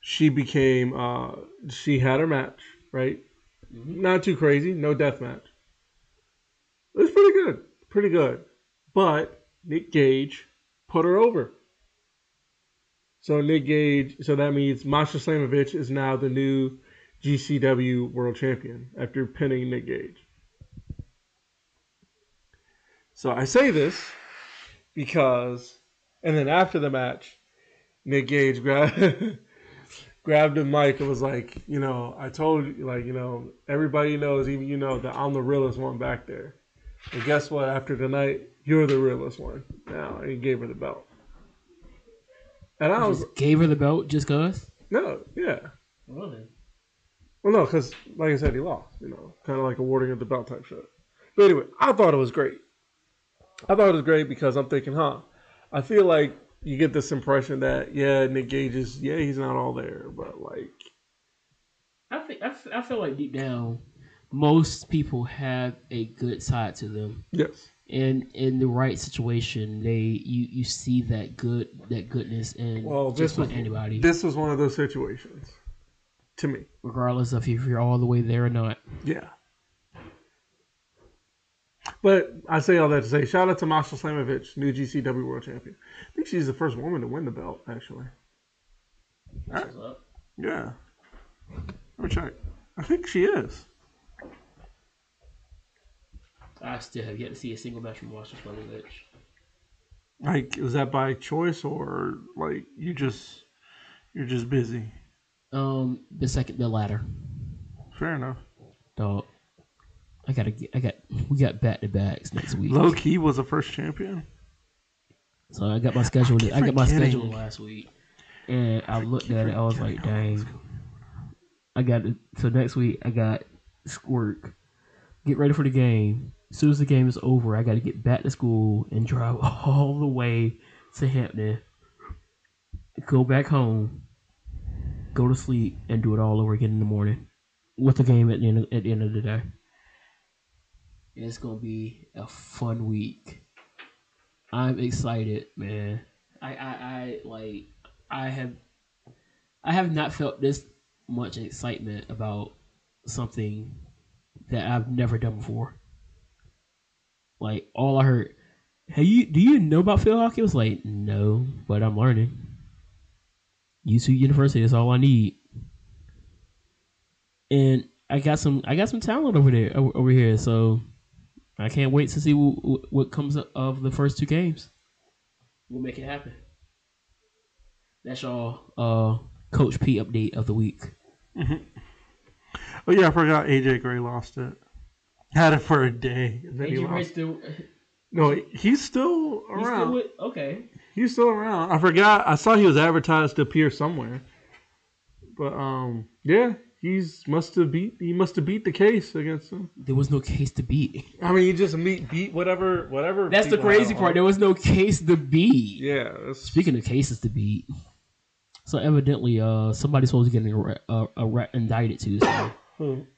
Speaker 2: she became uh she had her match right not too crazy no death match it was pretty good pretty good but nick gage put her over so nick gage so that means masha slamovich is now the new gcw world champion after pinning nick gage so i say this because and then after the match nick gage [LAUGHS] grabbed grabbed the mic and was like, you know, I told you, like, you know, everybody knows, even you know, that I'm the realest one back there. And guess what? After tonight, you're the realest one. Now, and he gave her the belt. And I was,
Speaker 1: Just gave her the belt just cause.
Speaker 2: no, yeah.
Speaker 1: Really?
Speaker 2: Well, no, because, like I said, he lost, you know, kind of like a warding of the belt type shit. But anyway, I thought it was great. I thought it was great because I'm thinking, huh, I feel like you get this impression that, yeah, Nick Gage is, yeah, he's not all there, but like,
Speaker 1: I think I, f- I feel like deep down, most people have a good side to them,
Speaker 2: yes.
Speaker 1: and in the right situation, they you you see that good that goodness in
Speaker 2: Well, this
Speaker 1: just
Speaker 2: was
Speaker 1: about anybody,
Speaker 2: This was one of those situations, to me.
Speaker 1: regardless of if you're all the way there or not.
Speaker 2: Yeah. But I say all that to say, shout out to Masha Slamovich, new GCW World Champion. I think she's the first woman to win the belt, actually. Yeah. Let me check. I think she is.
Speaker 1: I still have yet to see a single match from Washington Slamovich.
Speaker 2: Like, was that by choice or like you just you're just busy?
Speaker 1: Um, the second, the latter,
Speaker 2: Fair enough.
Speaker 1: dog. I gotta get. I got. We got back to backs next week.
Speaker 2: Low key was the first champion.
Speaker 1: So I got my schedule. I, got my
Speaker 2: forgetting.
Speaker 1: schedule last week, and I looked at it. I was like, "Dang, I got." To, so next week, I got work. Get ready for the game. As soon as the game is over, I got to get back to school and drive [LAUGHS] all the way to Hampton. Go back home, go to sleep, and do it all over again in the morning with the game at the end of, at the end of the day. It's gonna be a fun week. I'm excited, man. I, I, I like I have I have not felt this much excitement about something that I've never done before. Like all I heard, hey you do you know about field hockey? I was like, no, but I'm learning. YouTube University is all I need. And I got some I got some talent over there o- over here, so I can't wait to see what, what comes of the first two games. We'll make it happen. That's y'all uh, Coach P update of the week.
Speaker 2: Oh yeah, I forgot AJ Gray lost it. Had it for a day. And then he
Speaker 1: AJ
Speaker 2: lost.
Speaker 1: Gray still,
Speaker 2: No, he's still
Speaker 1: he's
Speaker 2: around.
Speaker 1: still with, okay.
Speaker 2: He's still around. I forgot. I saw he was advertised to appear somewhere. But um, yeah, he's must have beat. He must have beat the case against him.
Speaker 1: There was no case to beat.
Speaker 2: I mean, he just meet beat whatever whatever.
Speaker 1: That's the
Speaker 2: people had
Speaker 1: crazy
Speaker 2: on.
Speaker 1: part. There was no case to beat.
Speaker 2: Yeah, that's,
Speaker 1: Speaking of cases to beat, so evidently, uh, somebody's supposed to get in- uh, uh, indicted
Speaker 2: [COUGHS]
Speaker 1: Tuesday.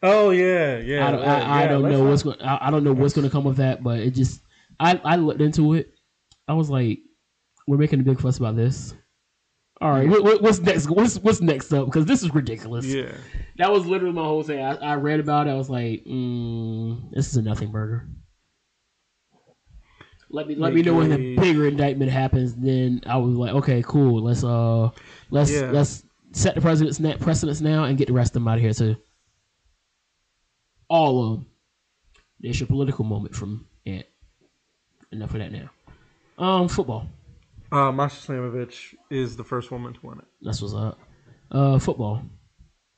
Speaker 2: oh yeah, yeah.
Speaker 1: I don't,
Speaker 2: right,
Speaker 1: I, I
Speaker 2: yeah,
Speaker 1: don't
Speaker 2: let's
Speaker 1: know
Speaker 2: not-
Speaker 1: what's going. I, I don't know what's going to come of that, but it just. I I looked into it. I was like, we're making a big fuss about this. All right, what, what, what's next? What's what's next up? Because this is ridiculous.
Speaker 2: Yeah,
Speaker 1: That was literally my whole thing. I, I read about it. I was like, mm, this is a nothing burger. Let me let me know when the
Speaker 2: Agreed.
Speaker 1: bigger indictment happens. Then I was like, okay, cool. Let's uh, let's
Speaker 2: Yeah.
Speaker 1: let's set the president's net precedence now and get the rest of them out of here too. All of them. There's your political moment from it. Enough of that now. Um, football.
Speaker 2: uh, Masha Slamovich is the first woman to win it.
Speaker 1: That's what's up. uh, football.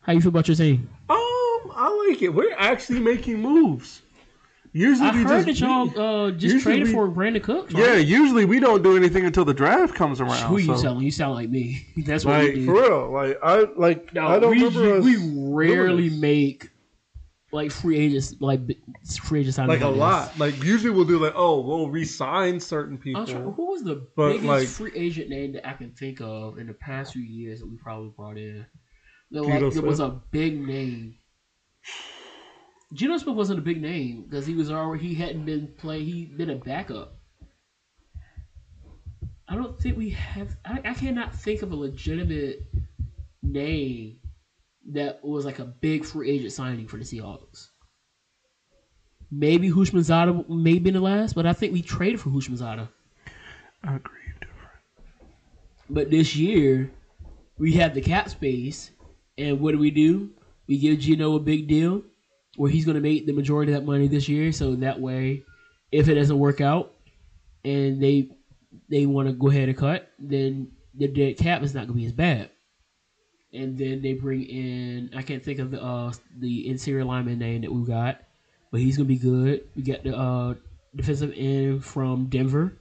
Speaker 1: How you feel about your team?
Speaker 2: Um, I like it. We're actually making moves. Usually,
Speaker 1: I
Speaker 2: we
Speaker 1: heard that
Speaker 2: just,
Speaker 1: y'all uh, just
Speaker 2: usually
Speaker 1: traded
Speaker 2: we-
Speaker 1: for Brandon Cooks.
Speaker 2: yeah.
Speaker 1: Right?
Speaker 2: Usually, we don't do anything until the draft comes around.
Speaker 1: Who you
Speaker 2: so.
Speaker 1: telling? You sound like me. [LAUGHS] That's what
Speaker 2: Like
Speaker 1: we
Speaker 2: for
Speaker 1: do.
Speaker 2: real. Like I like
Speaker 1: No,
Speaker 2: I don't
Speaker 1: we,
Speaker 2: remember us
Speaker 1: we rarely
Speaker 2: this.
Speaker 1: make like free agents like b- free agents.
Speaker 2: like a lot. Like usually we'll do like oh we'll re-sign certain people.
Speaker 1: I'm trying, who was the
Speaker 2: But,
Speaker 1: biggest
Speaker 2: like-
Speaker 1: free agent name that I can think of in the past few years that we probably brought in? That,
Speaker 2: Geno
Speaker 1: like, it was
Speaker 2: Smith?
Speaker 1: a big name. Geno Smith wasn't a big name because he was already he hadn't been playing. He'd been a backup. I don't think we have. I, I cannot think of a legitimate name that was like a big free agent signing for the Seahawks. Maybe Hushmanzada may be in the last, but I think we traded for Hushmanzada.
Speaker 2: Agreed.
Speaker 1: But this year, we have the cap space, and what do we do? We give Gino a big deal, where he's going to make the majority of that money this year. So that way, if it doesn't work out, and they they want to go ahead and cut, then the dead cap is not going to be as bad. And then they bring in I can't think of the uh, the interior lineman name that we got, but he's going to be good. We got the uh, defensive end from Denver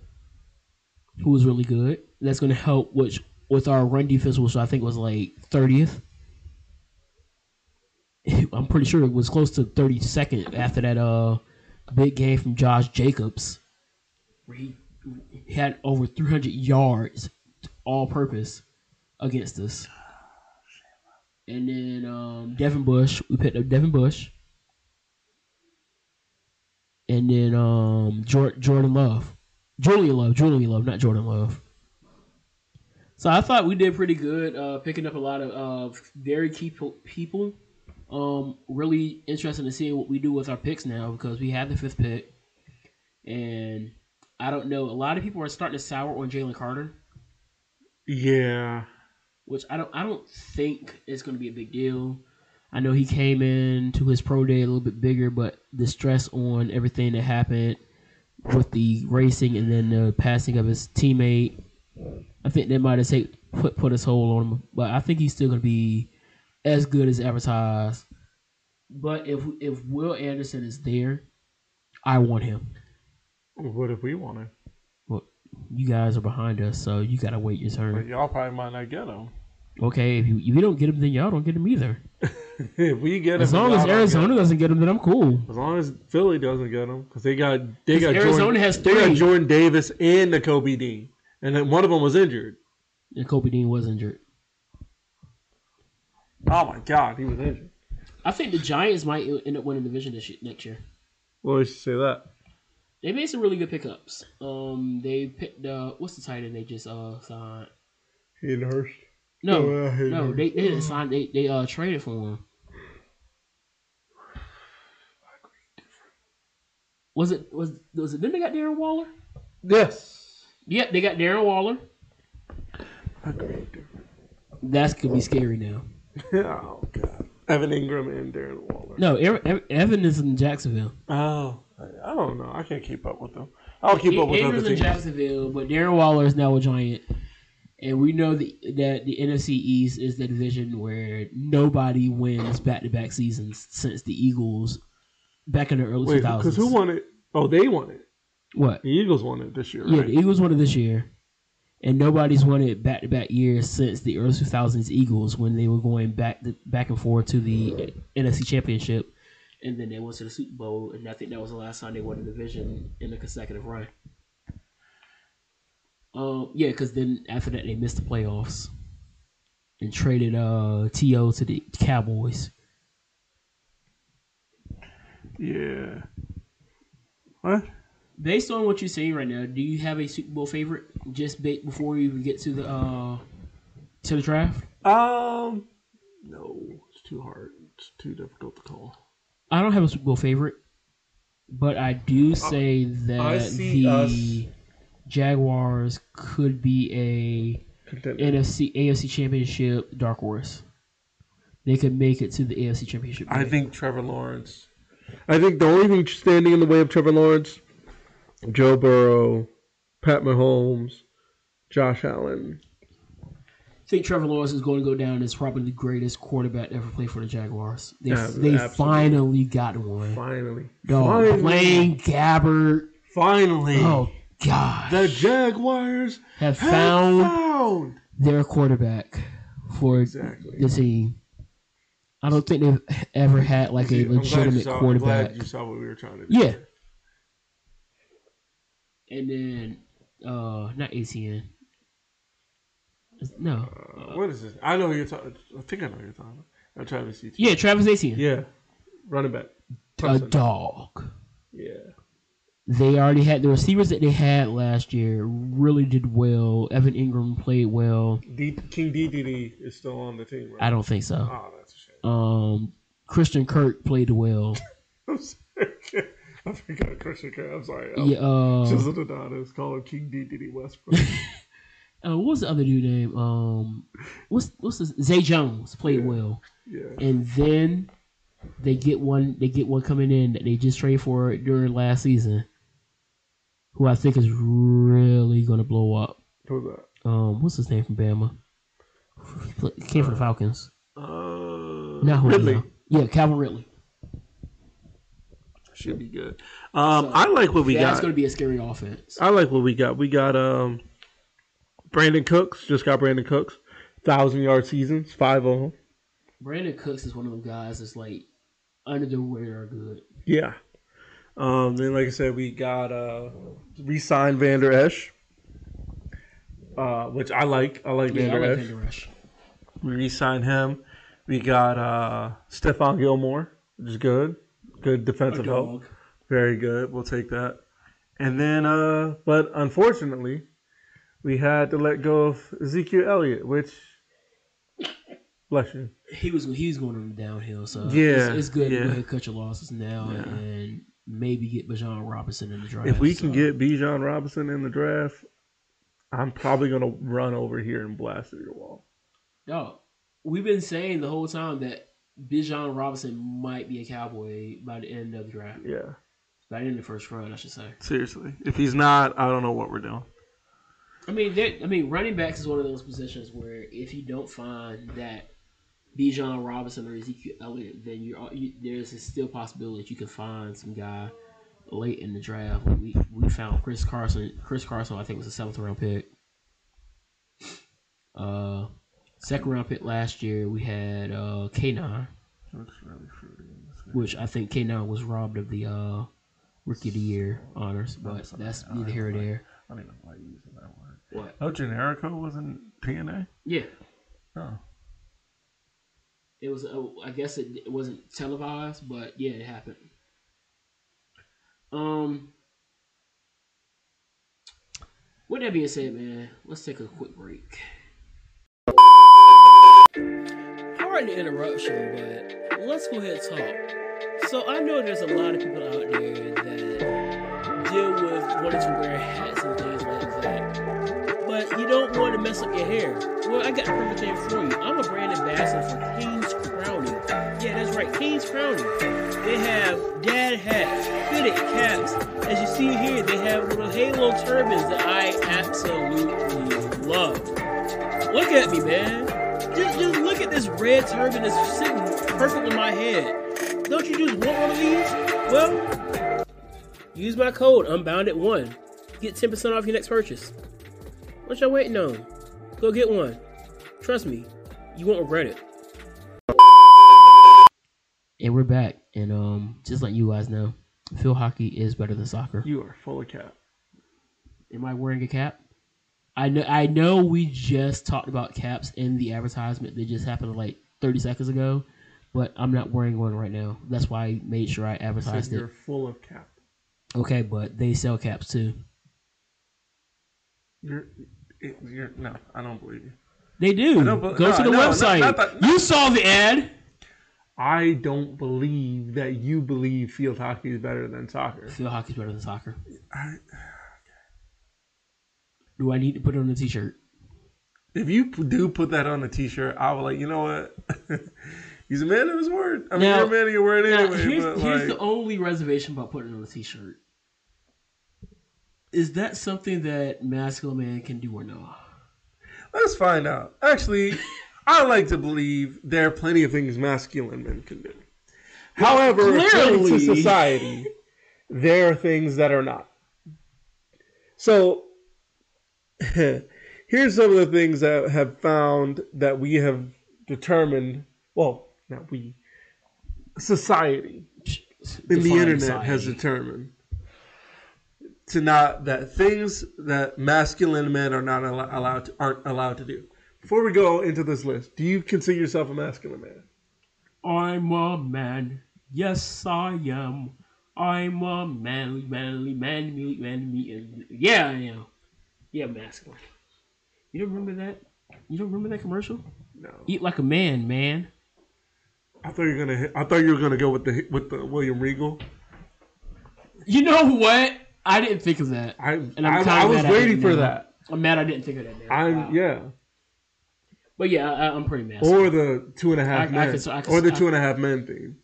Speaker 1: who was really good. That's going to help which with our run defense, which I think was like 30th. [LAUGHS] I'm pretty sure it was close to 32nd after that uh big game from Josh Jacobs. where He he had over 300 yards all purpose against us. And then um, Devin Bush, we picked up Devin Bush. And then um, Jor- Jordan Love. Julian Love, Julian Love, not Jordan Love. So I thought we did pretty good, uh, picking up a lot of uh, very key po- people. Um, really interesting to see what we do with our picks now because we have the fifth pick, and I don't know. A lot of people are starting to sour on Jalen Carter,
Speaker 2: Yeah.
Speaker 1: which I don't. I don't think it's going to be a big deal. I know he came in to his pro day a little bit bigger, but the stress on everything that happened with the racing and then the passing of his teammate, I think that might have take, put put his hold on him. But I think he's still going to be as good as advertised. But if if Will Anderson is there, I want him.
Speaker 2: What if we want him?
Speaker 1: You guys are behind us, so you got to wait your
Speaker 2: But
Speaker 1: turn.
Speaker 2: y'all probably might not get him.
Speaker 1: Okay, if you, if you don't get him, then y'all don't get him either.
Speaker 2: [LAUGHS] if we get him,
Speaker 1: As long
Speaker 2: y'all
Speaker 1: as
Speaker 2: don't get
Speaker 1: Arizona
Speaker 2: him.
Speaker 1: doesn't get him, then I'm cool.
Speaker 2: As long as Philly doesn't get him, because they got they
Speaker 1: 'Cause
Speaker 2: got Jordan,
Speaker 1: Arizona has
Speaker 2: they got
Speaker 1: three.
Speaker 2: Jordan Davis and the Kobe Dean, and then one of them was injured.
Speaker 1: And Kobe Dean was injured.
Speaker 2: Oh my God, he was injured.
Speaker 1: I think the Giants might end up winning the division this year, next year.
Speaker 2: Well, you should say that.
Speaker 1: They made some really good pickups. Um, they picked uh, what's the tight end they just uh signed?
Speaker 2: Hayden Hurst.
Speaker 1: No,
Speaker 2: Oh, I hate
Speaker 1: no,
Speaker 2: her.
Speaker 1: they, they didn't sign. They they uh traded for him. Was it was was it? Then they got Darren Waller.
Speaker 2: Yes.
Speaker 1: Yep, they got Darren Waller.
Speaker 2: Agreed.
Speaker 1: That's gonna be scary now.
Speaker 2: Oh God. Evan Ingram and Darren Waller.
Speaker 1: No, Er- Er- Evan is in Jacksonville.
Speaker 2: Oh, I, I don't know. I can't keep up with them. I'll keep up with
Speaker 1: Ingram's
Speaker 2: other
Speaker 1: in
Speaker 2: teams.
Speaker 1: Jacksonville, but Darren Waller is now a giant, and we know the, that the NFC East is the division where nobody wins back-to-back seasons since the Eagles back in the early
Speaker 2: Wait,
Speaker 1: 2000s.
Speaker 2: because who won it? Oh, they won it.
Speaker 1: What?
Speaker 2: The Eagles won it this year,
Speaker 1: Yeah,
Speaker 2: right?
Speaker 1: the Eagles won it this year, and nobody's won it back-to-back years since the early 2000s Eagles when they were going back back and forth to the NFC Championship, and then they went to the Super Bowl, and I think that was the last time they won the division in a consecutive run. Um, yeah, because then after that they missed the playoffs and traded uh To to the Cowboys.
Speaker 2: yeah. What?
Speaker 1: Based on what you're seeing right now, do you have a Super Bowl favorite? Just ba- before we even get to the uh to the draft.
Speaker 2: Um, no, it's too hard. It's too difficult to call.
Speaker 1: I don't have a Super Bowl favorite, but I do say that
Speaker 2: Uh, I see
Speaker 1: the
Speaker 2: us-
Speaker 1: Jaguars could be a
Speaker 2: Contender.
Speaker 1: NFC AFC Championship dark horse. They could make it to the AFC Championship.
Speaker 2: I
Speaker 1: game.
Speaker 2: think Trevor Lawrence. I think the only thing standing in the way of Trevor Lawrence, Joe Burrow, Pat Mahomes, Josh Allen.
Speaker 1: think Trevor Lawrence is going to go down as probably the greatest quarterback to ever play for the Jaguars. They,
Speaker 2: Yeah,
Speaker 1: they
Speaker 2: absolutely.
Speaker 1: finally got one.
Speaker 2: Finally.
Speaker 1: Dog,
Speaker 2: Finally.
Speaker 1: Blaine Gabbert.
Speaker 2: Finally.
Speaker 1: Oh God,
Speaker 2: The Jaguars
Speaker 1: have
Speaker 2: have
Speaker 1: found
Speaker 2: found.
Speaker 1: their quarterback for
Speaker 2: Exactly.
Speaker 1: the team. I don't think they've ever had like a
Speaker 2: I'm glad you
Speaker 1: legitimate
Speaker 2: saw- I'm
Speaker 1: quarterback.
Speaker 2: glad you saw what we were trying to do.
Speaker 1: Yeah. And then, uh, not ATN. No.
Speaker 2: Uh, what is this? I know who you're talking. I think I know who you're talking. about. I'm trying to see.
Speaker 1: Yeah, Travis Etienne.
Speaker 2: Yeah. Running back.
Speaker 1: a
Speaker 2: Clemson.
Speaker 1: dog.
Speaker 2: Yeah.
Speaker 1: They already had the receivers that they had last year really did well. Evan Ingram played well.
Speaker 2: D- King DDD is still on the team, right?
Speaker 1: I don't think so.
Speaker 2: Oh, that's a shame. [LAUGHS]
Speaker 1: Um, Christian Kirk played well.
Speaker 2: I'm sorry. [LAUGHS] I forgot Christian Kirk. I'm sorry. I'm
Speaker 1: Yeah. Uh,
Speaker 2: Chisel Adonis. Call him King
Speaker 1: [LAUGHS]
Speaker 2: DDD Westbrook.
Speaker 1: uh, what was the other dude name? Um, what's what's his, Zay Jones played
Speaker 2: Yeah.
Speaker 1: well.
Speaker 2: yeah.
Speaker 1: and then they get one they get one coming in that they just traded for during last season who i think is really going to blow up
Speaker 2: Who's that?
Speaker 1: um what's his name from bama He pla- came from the falcons
Speaker 2: Uh,
Speaker 1: not who
Speaker 2: Ridley.
Speaker 1: yeah calvin ridley
Speaker 2: Should be good. Um,
Speaker 1: So,
Speaker 2: I like what we
Speaker 1: that's
Speaker 2: got.
Speaker 1: going to be a scary offense
Speaker 2: I like what we got. We got um, Brandon Cooks. Just got Brandon Cooks. Thousand yard seasons, five of them.
Speaker 1: brandon cooks is one of the guys that's like under the radar good
Speaker 2: Yeah. Um, then, like I said, we got uh, re-signed Vander Esch, uh, which I like. I like
Speaker 1: yeah, I
Speaker 2: Vander
Speaker 1: like
Speaker 2: Esch.
Speaker 1: Vander Esch.
Speaker 2: We re-signed him. We got uh, Stephon Gilmore, which is good. Good
Speaker 1: A
Speaker 2: defensive help.
Speaker 1: dog.
Speaker 2: Very good. We'll take that. And then, uh, but unfortunately, we had to let go of Ezekiel Elliott, which, bless you.
Speaker 1: he was he was going on the downhill so
Speaker 2: Yeah,
Speaker 1: it's, it's good
Speaker 2: yeah.
Speaker 1: to go ahead and cut your losses now
Speaker 2: Yeah.
Speaker 1: and maybe get Bajan Robinson in the draft
Speaker 2: If we can
Speaker 1: so.
Speaker 2: get Bijan Robinson in the draft, I'm probably gonna run over here and blast through your wall.
Speaker 1: No, we've been saying the whole time that Bijan Robinson might be a Cowboy by the end of the draft,
Speaker 2: Yeah,
Speaker 1: by the end of the first round, I should say.
Speaker 2: seriously. If he's not, I don't know what we're doing.
Speaker 1: I mean, they- I mean, running backs is one of those positions where if you don't find that Bijan Robinson or Ezekiel Elliott, then you're you, there's a still possibility that you can find some guy late in the draft. Like we we found Chris Carson. Chris Carson, I think, was a seventh round pick. Uh, second round pick last year, we had uh K nine.
Speaker 2: Looks really fruity.
Speaker 1: which I think K9 was robbed of the uh, Rookie of the Year honors, but that's neither here nor there.
Speaker 2: I don't even like using that word.
Speaker 1: What?
Speaker 2: Oh, Generico was in TNA.
Speaker 1: Yeah,
Speaker 2: Oh,
Speaker 1: it was. oh, I guess it, it wasn't televised, but yeah, it happened. Um. With that being said, man, let's take a quick break. Sorry to interrupt you, but let's go ahead and talk. So I know there's a lot of people out there that deal with wanting to wear hats and things like that, but you don't want to mess up your hair. Well, I got the perfect thing for you. I'm a brand ambassador for King's Crowning. Yeah, that's right, King's Crowning. They have dad hats, fitted caps. As you see here, they have little halo turbans that I absolutely love. Look at me, man. Just, just look at this red turban that's sitting perfect in my head. Don't you just want one of these? Well, use my code Unbounded1. Get 10% off your next purchase. What y'all waiting on? Go get one. Trust me, you won't regret it. And we're back, and um, just let you guys know, field hockey is better than soccer.
Speaker 2: you are full of cap.
Speaker 1: Am I wearing a cap? I know. I know. We just talked about caps in the advertisement that just happened like 30 seconds ago, but I'm not wearing one right now. That's why I made sure I
Speaker 2: I said
Speaker 1: advertised it.
Speaker 2: you're full of cap.
Speaker 1: Okay, but they sell caps too.
Speaker 2: You're, it- you're no, I don't believe you.
Speaker 1: They do.
Speaker 2: know, but-
Speaker 1: Go
Speaker 2: no,
Speaker 1: to the
Speaker 2: no, not-
Speaker 1: website.
Speaker 2: not that-
Speaker 1: You saw the ad.
Speaker 2: I don't believe that you believe field hockey is better than soccer.
Speaker 1: Field hockey's better than
Speaker 2: [SIGHS]
Speaker 1: soccer.
Speaker 2: I,
Speaker 1: Do I need to put it on a t-shirt?
Speaker 2: if you p- do put that on a T-shirt, I will like you know what. [LAUGHS] He's a man of his word. I mean,
Speaker 1: Now-
Speaker 2: you're a man of your word
Speaker 1: Now,
Speaker 2: anyway.
Speaker 1: here's,
Speaker 2: but
Speaker 1: here's
Speaker 2: like,
Speaker 1: the only reservation about putting it on a t-shirt. Is that something that masculine man can do or not?
Speaker 2: Let's find out.
Speaker 1: [LAUGHS]
Speaker 2: Actually, I like to believe there are plenty of things masculine men can do. However, according to
Speaker 1: clearly-
Speaker 2: society, there are things that are not. So, [LAUGHS] here's some of the things that have found that we have determined. Well, not we, society in the
Speaker 1: Define
Speaker 2: internet
Speaker 1: society.
Speaker 2: has determined to not that things that masculine men are not al- allowed to, aren't allowed to do. Before we go into this list, do you consider yourself a masculine man?
Speaker 1: I'm a man. Yes, I am. I'm a manly, manly, manly, manly, manly. Yeah, I am. Yeah, masculine. You don't remember that? You don't remember that commercial?
Speaker 2: No.
Speaker 1: Eat like a man, man.
Speaker 2: I thought you were gonna. hit- I thought you were gonna go with the with the William Regal.
Speaker 1: You know what? I didn't think of that.
Speaker 2: I
Speaker 1: I'm
Speaker 2: I,
Speaker 1: kinda
Speaker 2: I was
Speaker 1: glad I
Speaker 2: waiting
Speaker 1: didn't
Speaker 2: for
Speaker 1: know.
Speaker 2: that.
Speaker 1: I'm mad I didn't think of that. Man.
Speaker 2: I'm Oh.
Speaker 1: Wow.
Speaker 2: yeah.
Speaker 1: But yeah, I, I'm pretty masculine.
Speaker 2: Or the two and a half
Speaker 1: I- I
Speaker 2: men.
Speaker 1: cons- I cons-
Speaker 2: or the
Speaker 1: I-
Speaker 2: two and a half men thing.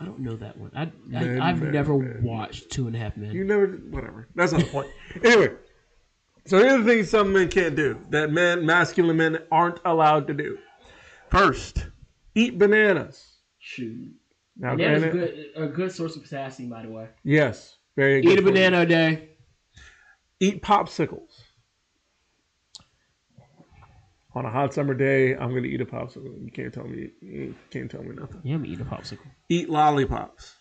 Speaker 1: I don't know that one. I,
Speaker 2: Man,
Speaker 1: I I've
Speaker 2: man,
Speaker 1: never
Speaker 2: man.
Speaker 1: watched Two and a Half Men.
Speaker 2: You never. Whatever. That's not the point. anyway. So here are the things some men can't do that men, masculine men, aren't allowed to do. First, eat bananas.
Speaker 1: Shoot,
Speaker 2: Now,
Speaker 1: banana's
Speaker 2: granted-
Speaker 1: good, a good source of potassium, by the way.
Speaker 2: Yes, very good.
Speaker 1: Eat a
Speaker 2: for you.
Speaker 1: banana a day.
Speaker 2: Eat popsicles. On a hot summer day, I'm gonna eat a popsicle. You can't tell me. You can't tell me nothing.
Speaker 1: Yeah, I'm eating a popsicle. [LAUGHS]
Speaker 2: Eat lollipops.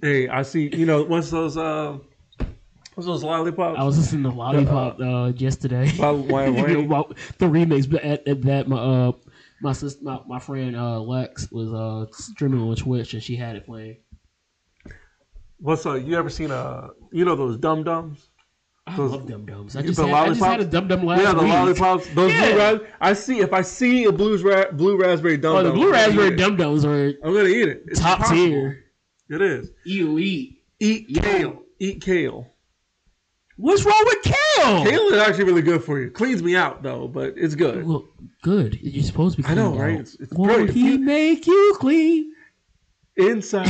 Speaker 2: hey, I see. You know what's those? Uh, what's those lollipops?
Speaker 1: I was listening to Lollipop uh, yesterday. [LAUGHS]
Speaker 2: By Wayne
Speaker 1: You know,
Speaker 2: Wayne.
Speaker 1: about the remix but at, at that my uh my sister my, my friend uh Lex was uh streaming on Twitch and she had it playing.
Speaker 2: What's uh? You ever seen uh? You know those dum dums?
Speaker 1: I
Speaker 2: Those-
Speaker 1: love Dum Dums. I
Speaker 2: the
Speaker 1: just, had, I just
Speaker 2: lollipop?
Speaker 1: had a Dum Dum last
Speaker 2: Yeah, the
Speaker 1: week.
Speaker 2: lollipops. Those blue
Speaker 1: Yeah.
Speaker 2: ras- I see. If I see a blues ra- blue raspberry dum
Speaker 1: Oh,
Speaker 2: dum,
Speaker 1: the blue raspberry Dum Dums are
Speaker 2: I'm gonna eat it. It's
Speaker 1: top
Speaker 2: impossible.
Speaker 1: tier.
Speaker 2: It is.
Speaker 1: Elite.
Speaker 2: Eat
Speaker 1: Yeah.
Speaker 2: kale. Eat kale.
Speaker 1: What's wrong with kale?
Speaker 2: Kale is actually really good for you. Cleans me out though, but it's good.
Speaker 1: Well, good. You're supposed to be.
Speaker 2: I know,
Speaker 1: cleaned
Speaker 2: right?
Speaker 1: out.
Speaker 2: It's- it's
Speaker 1: Won't
Speaker 2: brilliant.
Speaker 1: he make you [LAUGHS] clean? [LAUGHS]
Speaker 2: Inside.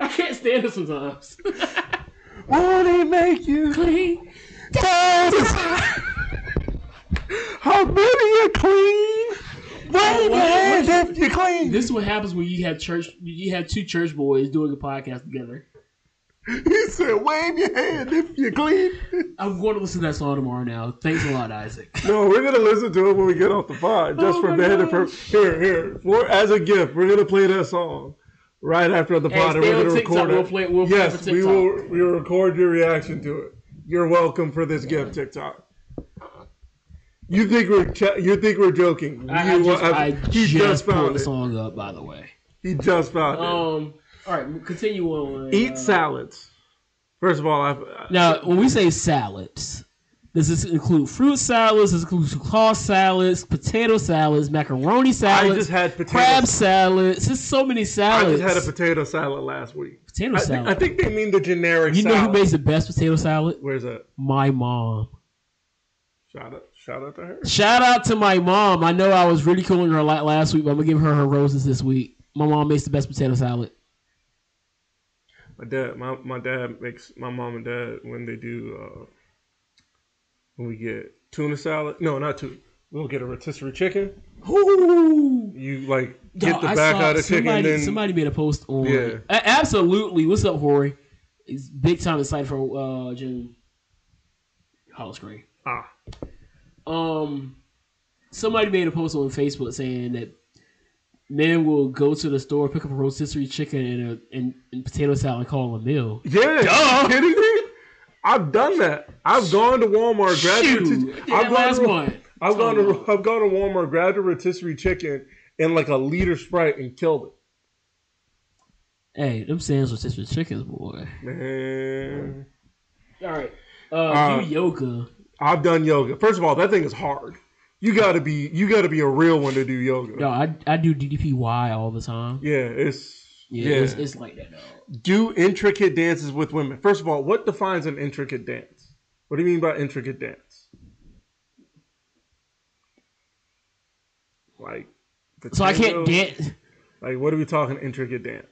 Speaker 1: I can't stand this sometimes. [LAUGHS]
Speaker 2: Won't he make you
Speaker 1: clean.
Speaker 2: dance? How many are clean? Wait a
Speaker 1: what-
Speaker 2: minute, if you clean.
Speaker 1: This is what happens when you have church. You have two church boys doing a podcast together.
Speaker 2: he said, wave your hand if you clean.
Speaker 1: I'm going to listen to that song tomorrow. Now, thanks a lot, [LAUGHS] Isaac.
Speaker 2: No, we're gonna listen to it when we get off the pod, just
Speaker 1: Oh
Speaker 2: for
Speaker 1: my
Speaker 2: banner
Speaker 1: gosh.
Speaker 2: purpose. Here, here, for as a gift, we're gonna play that song right after the
Speaker 1: Hey,
Speaker 2: pod, and
Speaker 1: stay
Speaker 2: we're
Speaker 1: on
Speaker 2: gonna
Speaker 1: TikTok,
Speaker 2: record it.
Speaker 1: we'll play- we'll play
Speaker 2: yes,
Speaker 1: for
Speaker 2: we
Speaker 1: TikTok.
Speaker 2: will. We will record your reaction to it. You're welcome for this gift, TikTok. You think we're ch- you think we're joking?
Speaker 1: I, I
Speaker 2: You-
Speaker 1: just,
Speaker 2: uh,
Speaker 1: I
Speaker 2: he
Speaker 1: just,
Speaker 2: just
Speaker 1: pulled
Speaker 2: found
Speaker 1: the
Speaker 2: it.
Speaker 1: song up, by the way.
Speaker 2: He just found it.
Speaker 1: Um. All right, continue on.
Speaker 2: Eat
Speaker 1: Uh,
Speaker 2: salads. First of all, I,
Speaker 1: Now, when we say salads, does this include fruit salads? Does this include coleslaw salads, potato salads, macaroni
Speaker 2: I
Speaker 1: salads,
Speaker 2: just had potato.
Speaker 1: crab salads? There's so many
Speaker 2: I
Speaker 1: salads.
Speaker 2: just had a potato salad last week.
Speaker 1: potato
Speaker 2: I, thi-
Speaker 1: salad.
Speaker 2: I think they mean the generic.
Speaker 1: you know
Speaker 2: salad.
Speaker 1: who makes the best potato salad?
Speaker 2: Where's that?
Speaker 1: My mom.
Speaker 2: Shout out! Shout out to her.
Speaker 1: Shout out to my mom. I know I was ridiculing her a lot last week, but I'm gonna give her her roses this week. My mom makes the best potato salad.
Speaker 2: My dad, my, my dad makes my mom and dad when they do uh, when we get tuna salad. No, not tuna. We'll get a rotisserie chicken.
Speaker 1: Ooh.
Speaker 2: You like get
Speaker 1: Dog,
Speaker 2: the
Speaker 1: I
Speaker 2: back
Speaker 1: saw
Speaker 2: out of
Speaker 1: somebody,
Speaker 2: chicken, then
Speaker 1: somebody made a post on.
Speaker 2: Yeah.
Speaker 1: A- absolutely. What's up, Hori? It's big time excited for uh, June. Hollow screen.
Speaker 2: ah,
Speaker 1: Um, somebody made a post on Facebook saying that men will go to the store, pick up a rotisserie chicken and a and, and potato salad, and call it a meal.
Speaker 2: yeah. Are you kidding me? I've done that. I've gone to Walmart, grabbed
Speaker 1: Shoot,
Speaker 2: rotis-
Speaker 1: I did that
Speaker 2: I've gone
Speaker 1: last
Speaker 2: to-
Speaker 1: one.
Speaker 2: I've gone
Speaker 1: Totally.
Speaker 2: to I've gone to Walmart, grabbed a rotisserie chicken and like a liter Sprite and killed it.
Speaker 1: Hey, them sands rotisserie chickens, boy.
Speaker 2: Man,
Speaker 1: All right, uh,
Speaker 2: Uh,
Speaker 1: do yoga.
Speaker 2: I've done yoga. First of all, that thing is hard. You gotta be you gotta be a real one to do yoga.
Speaker 1: No, I I do DDPY all the time.
Speaker 2: Yeah, it's
Speaker 1: Yeah,
Speaker 2: yeah.
Speaker 1: It's, it's like that. Dog.
Speaker 2: do intricate dances with women. First of all, what defines an intricate dance? What do you mean by intricate dance? Like,
Speaker 1: So I
Speaker 2: potato?
Speaker 1: can't dance.
Speaker 2: Like, what are we talking intricate dance?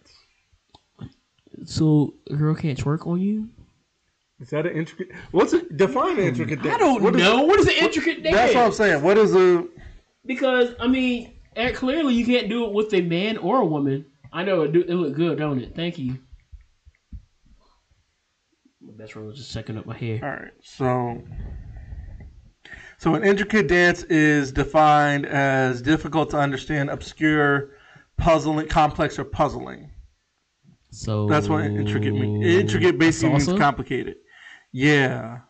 Speaker 1: So a girl can't twerk on you.
Speaker 2: Is that an intricate? What's a define an intricate dance?
Speaker 1: Hmm. I don't
Speaker 2: What is-
Speaker 1: know. what is an intricate dance?
Speaker 2: That's what I'm saying. What is a
Speaker 1: Because I mean, and clearly you can't do it with a man or a woman. I know it do, it look good, don't it? Thank you. My best friend was just sucking up my hair.
Speaker 2: all right? So, so an intricate dance is defined as difficult to understand, obscure, puzzling, complex, or puzzling.
Speaker 1: So
Speaker 2: That's what intricate means. Intricate basically means
Speaker 1: Salsa?
Speaker 2: complicated. Yeah.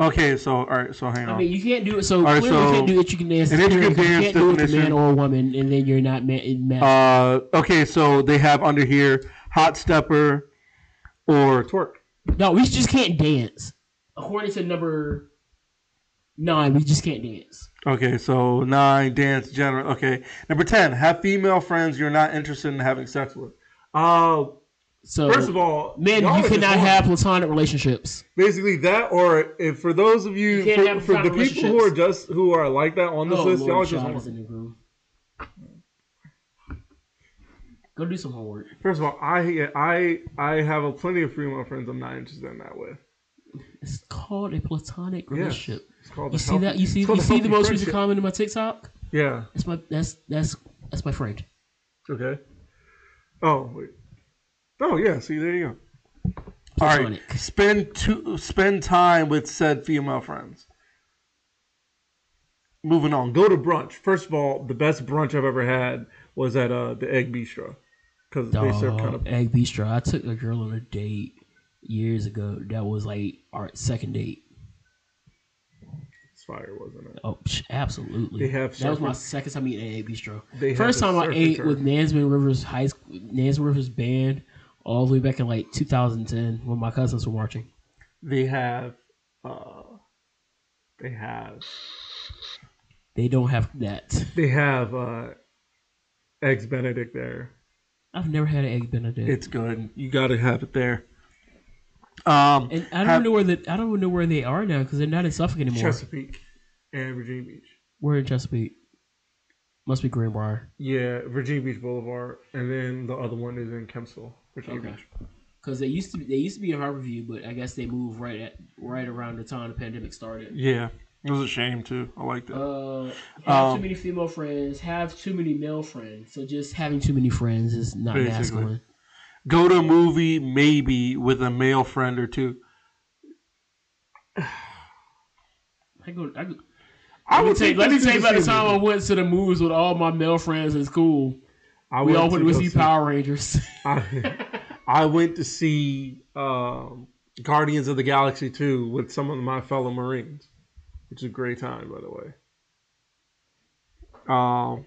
Speaker 2: Okay. So all right. So hang on.
Speaker 1: I mean, you can't do it. So
Speaker 2: right,
Speaker 1: clearly, you
Speaker 2: so
Speaker 1: can't do it. You can dance.
Speaker 2: an
Speaker 1: it's
Speaker 2: intricate
Speaker 1: clear, you
Speaker 2: dance
Speaker 1: can't do it with a man
Speaker 2: definition.
Speaker 1: or a woman, and then you're not ma- ma-
Speaker 2: Uh, okay, so they have under here hot stepper or twerk.
Speaker 1: No, we just can't dance. According to number nine, we just can't dance.
Speaker 2: Okay, so nine dance general. Okay, number ten have female friends you're not interested in having sex with. Uh,
Speaker 1: So
Speaker 2: first of all,
Speaker 1: men,
Speaker 2: y'all
Speaker 1: you
Speaker 2: are just
Speaker 1: cannot
Speaker 2: wrong.
Speaker 1: have platonic relationships.
Speaker 2: basally that, or if for those of you,
Speaker 1: You can't
Speaker 2: for,
Speaker 1: have
Speaker 2: for the
Speaker 1: platonic
Speaker 2: people who are just who are like that on this
Speaker 1: Oh,
Speaker 2: list,
Speaker 1: Lord,
Speaker 2: y'all are just
Speaker 1: Sean
Speaker 2: wrong.
Speaker 1: is in the room. Go do some homework.
Speaker 2: First of all, I I I have a plenty of female friends I'm not interested in that with.
Speaker 1: It's called a platonic relationship.
Speaker 2: It's called
Speaker 1: You
Speaker 2: a
Speaker 1: see
Speaker 2: healthy-
Speaker 1: that? You see?
Speaker 2: it's called
Speaker 1: You
Speaker 2: a
Speaker 1: see the
Speaker 2: healthy
Speaker 1: most
Speaker 2: friendship.
Speaker 1: recent comment in my TikTok?
Speaker 2: Yeah.
Speaker 1: That's my. That's that's that's my friend.
Speaker 2: Okay. Oh wait. Oh yeah. See there you go. All right.
Speaker 1: Platonic.
Speaker 2: Spend to spend time with said female friends. Moving on. Go to brunch. First of all, the best brunch I've ever had was at uh, the Egg Bistro because they serve
Speaker 1: Dog,
Speaker 2: kind of.
Speaker 1: Egg Bistro. I took a girl on a date years ago. That was like our second date.
Speaker 2: It's fire, wasn't it?
Speaker 1: Oh, psh, absolutely.
Speaker 2: They have
Speaker 1: that was
Speaker 2: surfing-
Speaker 1: my second time eating at Egg Bistro.
Speaker 2: They have
Speaker 1: First
Speaker 2: the
Speaker 1: time I
Speaker 2: surfing
Speaker 1: ate
Speaker 2: turf.
Speaker 1: with Nansman Rivers High School, Nansman Rivers Band, all the way back in like 2010 when my cousins were marching.
Speaker 2: They have. Uh, they have.
Speaker 1: They don't have that.
Speaker 2: They have uh, eggs Benedict there.
Speaker 1: I've never had an egg Benedict,
Speaker 2: It's good. You got to have it there. Um,
Speaker 1: and I don't
Speaker 2: have-
Speaker 1: know where the I don't know where they are now because they're not in Suffolk anymore.
Speaker 2: Chesapeake and Virginia Beach.
Speaker 1: We're in Chesapeake. Must be Greenbrier
Speaker 2: Yeah, Virginia Beach Boulevard, and then the other one is in Kempsville, Virginia
Speaker 1: Okay.
Speaker 2: Beach.
Speaker 1: because they used to be, they used to be in Harborview, but I guess they moved right at right around the time the pandemic started.
Speaker 2: Yeah, it was a shame too. I liked it.
Speaker 1: Uh, have
Speaker 2: Um,
Speaker 1: too many female friends, have too many male friends. So just having too many friends is not
Speaker 2: Basically.
Speaker 1: masculine.
Speaker 2: Go to a movie maybe with a male friend or two.
Speaker 1: I go. I go
Speaker 2: I
Speaker 1: let me take. Let me take. By the time I
Speaker 2: I,
Speaker 1: went to the movies with all my male friends in school, we all went to see Power Rangers. [LAUGHS]
Speaker 2: I, I went to see um, Guardians of the Galaxy 2 with some of my fellow Marines, which is a great time, by the way. Um,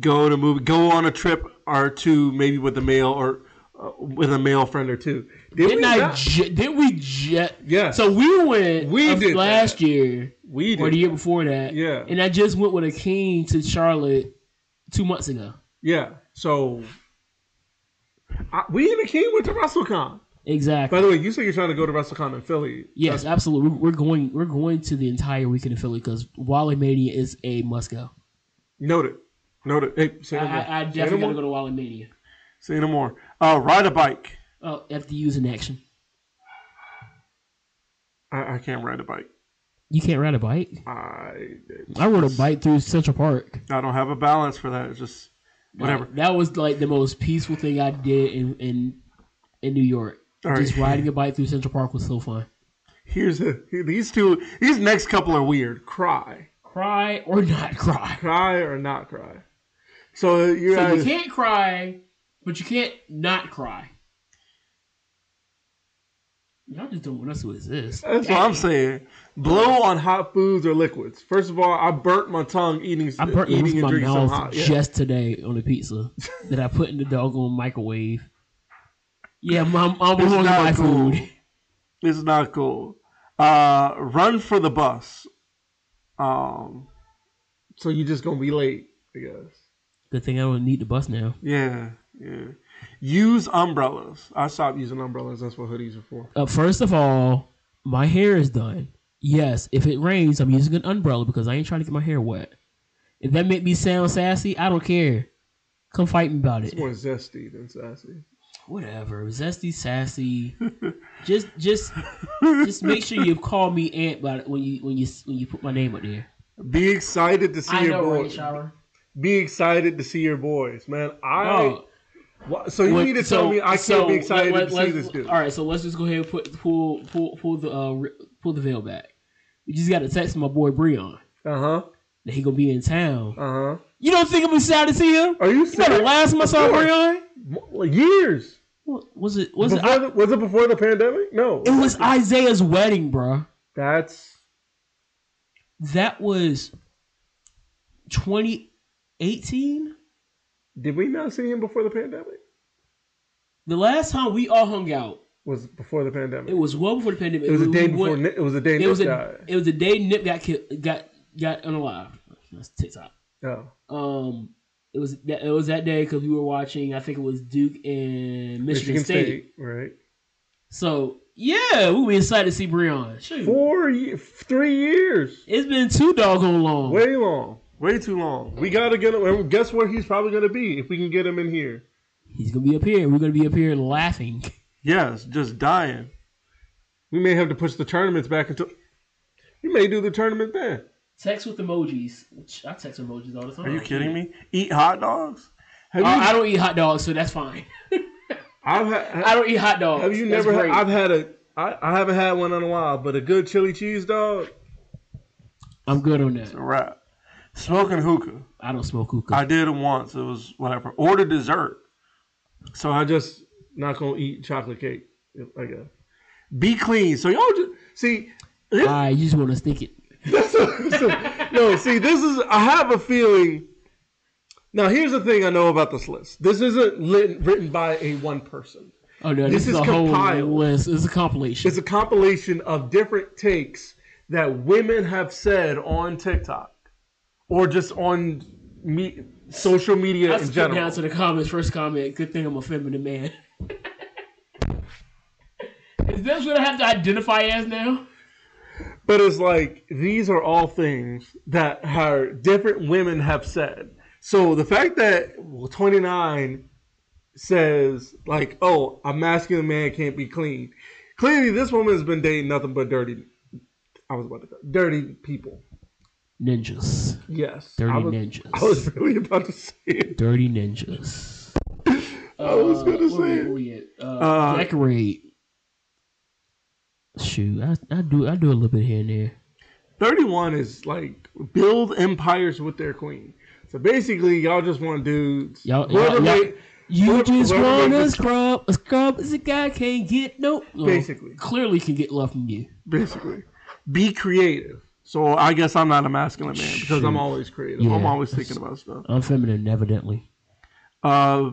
Speaker 2: go to movie, go on a trip or two, maybe with a male or uh, with a male friend or two. Did
Speaker 1: Didn't
Speaker 2: we
Speaker 1: I?
Speaker 2: not?
Speaker 1: Ju- did we jet?
Speaker 2: Yes.
Speaker 1: So we went.
Speaker 2: We
Speaker 1: We
Speaker 2: did
Speaker 1: last year
Speaker 2: we
Speaker 1: or
Speaker 2: did.
Speaker 1: the year before that.
Speaker 2: Yeah.
Speaker 1: And I just went with a king to Charlotte two months ago.
Speaker 2: yeah. So I, we and the King went to WrestleCon.
Speaker 1: Exactly.
Speaker 2: By the way, you said you're trying to go to WrestleCon in Philly.
Speaker 1: Yes, absolutely. We're, we're going. We're going to the entire weekend in Philly because Wally Mania is a must go.
Speaker 2: Noted. Noted. Hey, say
Speaker 1: I,
Speaker 2: no more.
Speaker 1: I, I
Speaker 2: Say no
Speaker 1: definitely
Speaker 2: more.
Speaker 1: gotta go to Wally Mania.
Speaker 2: Say no more. Uh, ride a bike.
Speaker 1: Oh, FDU's in action.
Speaker 2: I, I can't ride a bike.
Speaker 1: You can't ride a bike.
Speaker 2: I
Speaker 1: I rode a bike through Central Park.
Speaker 2: I don't have a balance for that. It's just whatever.
Speaker 1: Like, that was like the most peaceful thing I did in in, in New York.
Speaker 2: All right.
Speaker 1: Just riding a bike through Central Park was so fun.
Speaker 2: Here's a, these two. These next couple are weird. Cry,
Speaker 1: Cry or not [LAUGHS] cry.
Speaker 2: cry or not cry. So you
Speaker 1: So
Speaker 2: guys,
Speaker 1: you can't cry, but you can't not cry. Y'all just don't want us to exist.
Speaker 2: that's what I'm saying. Blow on hot foods or liquids. First of all, I burnt my tongue eating
Speaker 1: I burnt the roof
Speaker 2: eating
Speaker 1: of
Speaker 2: and
Speaker 1: my
Speaker 2: drinking some
Speaker 1: mouth
Speaker 2: hot. Yeah.
Speaker 1: just today on a pizza that I put in the doggone microwave. Yeah, mom, I'm
Speaker 2: It's
Speaker 1: wrong
Speaker 2: not
Speaker 1: my
Speaker 2: cool.
Speaker 1: food.
Speaker 2: It's not cool. Uh, run for the bus. Um, so you're just gonna be late, I guess.
Speaker 1: Good thing I don't need the bus now.
Speaker 2: Yeah, yeah. Use umbrellas. I stopped using umbrellas. That's what hoodies are for.
Speaker 1: Uh, first of all, my hair is done. Yes, if it rains, I'm using an umbrella because I ain't trying to get my hair wet. If that make me sound sassy, I don't care. Come fight me about it.
Speaker 2: It's more zesty than sassy.
Speaker 1: whatever, zesty, sassy. just, just, just make sure you call me Aunt by when you when you when you put my name up there.
Speaker 2: Be excited to see
Speaker 1: I
Speaker 2: your
Speaker 1: know, right,
Speaker 2: boys.
Speaker 1: Shower?
Speaker 2: Be excited to see your boys, man. I
Speaker 1: Oh,
Speaker 2: wha- so you
Speaker 1: What-
Speaker 2: need to
Speaker 1: so-
Speaker 2: tell me I can't
Speaker 1: so
Speaker 2: be excited
Speaker 1: let-
Speaker 2: to
Speaker 1: let-
Speaker 2: see this dude.
Speaker 1: All right, so let's just go ahead and put pull pull pull the uh, ri- pull the veil back. You just got to text my boy Breon
Speaker 2: Uh huh.
Speaker 1: that he gonna be in town.
Speaker 2: Uh huh.
Speaker 1: You don't think I'm excited to see him?
Speaker 2: Are you
Speaker 1: You know the
Speaker 2: serious?
Speaker 1: last time I saw
Speaker 2: Of course.
Speaker 1: Breon
Speaker 2: Wha- Years.
Speaker 1: What- was it was it
Speaker 2: Before the- was it before the pandemic? No.
Speaker 1: it was Isaiah's wedding, bruh.
Speaker 2: That's
Speaker 1: That was 2018.
Speaker 2: did we not see him before the pandemic?
Speaker 1: The last time we all hung out,
Speaker 2: Was before the pandemic.
Speaker 1: it was well before the pandemic.
Speaker 2: It was a
Speaker 1: We-
Speaker 2: day
Speaker 1: we
Speaker 2: before.
Speaker 1: went-
Speaker 2: Ni- it was a day.
Speaker 1: it was
Speaker 2: Nick
Speaker 1: a,
Speaker 2: died.
Speaker 1: it was a day Nip got killed, got got unalive. That's TikTok.
Speaker 2: Oh,
Speaker 1: Um, it was that it was that day because we were watching. I think it was Duke and Michigan,
Speaker 2: Michigan
Speaker 1: State.
Speaker 2: State, right?
Speaker 1: So yeah, we were excited to see Breon. Shoot.
Speaker 2: Four, ye- three years.
Speaker 1: It's been too doggone long.
Speaker 2: Way long. Way too long. We gotta get him. And guess where he's probably gonna be if we can get him in here.
Speaker 1: He's gonna be up here. We're gonna be up here laughing.
Speaker 2: Yes, just dying. We may have to push the tournaments back until. You may do the tournament then.
Speaker 1: Text with emojis. I text emojis all the time.
Speaker 3: Are you kidding me? Eat hot dogs?
Speaker 2: Have
Speaker 1: Uh,
Speaker 2: you?
Speaker 1: I don't eat hot dogs, so that's fine. [LAUGHS]
Speaker 2: I've had,
Speaker 1: I don't eat hot dogs.
Speaker 2: Have you
Speaker 1: That's
Speaker 2: never? Had,
Speaker 1: great.
Speaker 2: I've had a. I, I haven't had one in a while, but a good chili cheese dog.
Speaker 1: I'm good on that.
Speaker 3: It's a wrap. Smoking hookah.
Speaker 1: I don't smoke hookah.
Speaker 3: I did it once. It was whatever. Order dessert.
Speaker 2: So I just not gonna eat chocolate cake. I guess. Be clean. So y'all just see. [LAUGHS]
Speaker 1: I, you just want to stick it.
Speaker 2: That's what- so- no, see, this is. I have a feeling. Now, here's the thing I know about this list. This isn't lit, written by a one person.
Speaker 1: Oh no, this,
Speaker 2: This
Speaker 1: is,
Speaker 2: is
Speaker 1: a
Speaker 2: compiled.
Speaker 1: whole list. It's a compilation.
Speaker 2: It's a compilation of different takes that women have said on TikTok or just on me, social media
Speaker 1: I
Speaker 2: in
Speaker 1: skipped
Speaker 2: general.
Speaker 1: down to the comments. First comment. Good thing I'm a feminine man. [LAUGHS] is that what I have to identify as now?
Speaker 2: But it's like these are all things that her different women have said. So the fact that well, 29 says like, "Oh, a masculine man can't be clean." Clearly, this woman's been dating nothing but dirty. I was about to say, dirty people.
Speaker 1: Ninjas,
Speaker 2: Yes,
Speaker 1: dirty
Speaker 2: I was,
Speaker 1: ninjas,
Speaker 2: I was really about to say it.
Speaker 1: dirty ninjas.
Speaker 2: I was gonna
Speaker 1: where we-
Speaker 2: say-
Speaker 1: where we at? Uh,
Speaker 2: Uh,
Speaker 1: decorate. Shoot, I, I do I do a little bit here and there.
Speaker 2: 31 is like build empires with their queen. So basically, y'all just want dudes.
Speaker 1: Y'all-
Speaker 2: Whoever
Speaker 1: y'all- y'all-
Speaker 2: made-
Speaker 1: You
Speaker 2: Whoever-
Speaker 1: just
Speaker 2: whoever
Speaker 1: want
Speaker 2: made
Speaker 1: a
Speaker 2: this-
Speaker 1: scrub. A scrub is a guy can't get no. well,
Speaker 2: Basically.
Speaker 1: clearly can get love from you.
Speaker 2: basically. Be creative. So I guess I'm not a masculine man because I'm
Speaker 1: Shoot.
Speaker 2: always creative.
Speaker 1: Yeah.
Speaker 2: I'm always thinking about stuff.
Speaker 1: I'm feminine, evidently.
Speaker 2: Uh,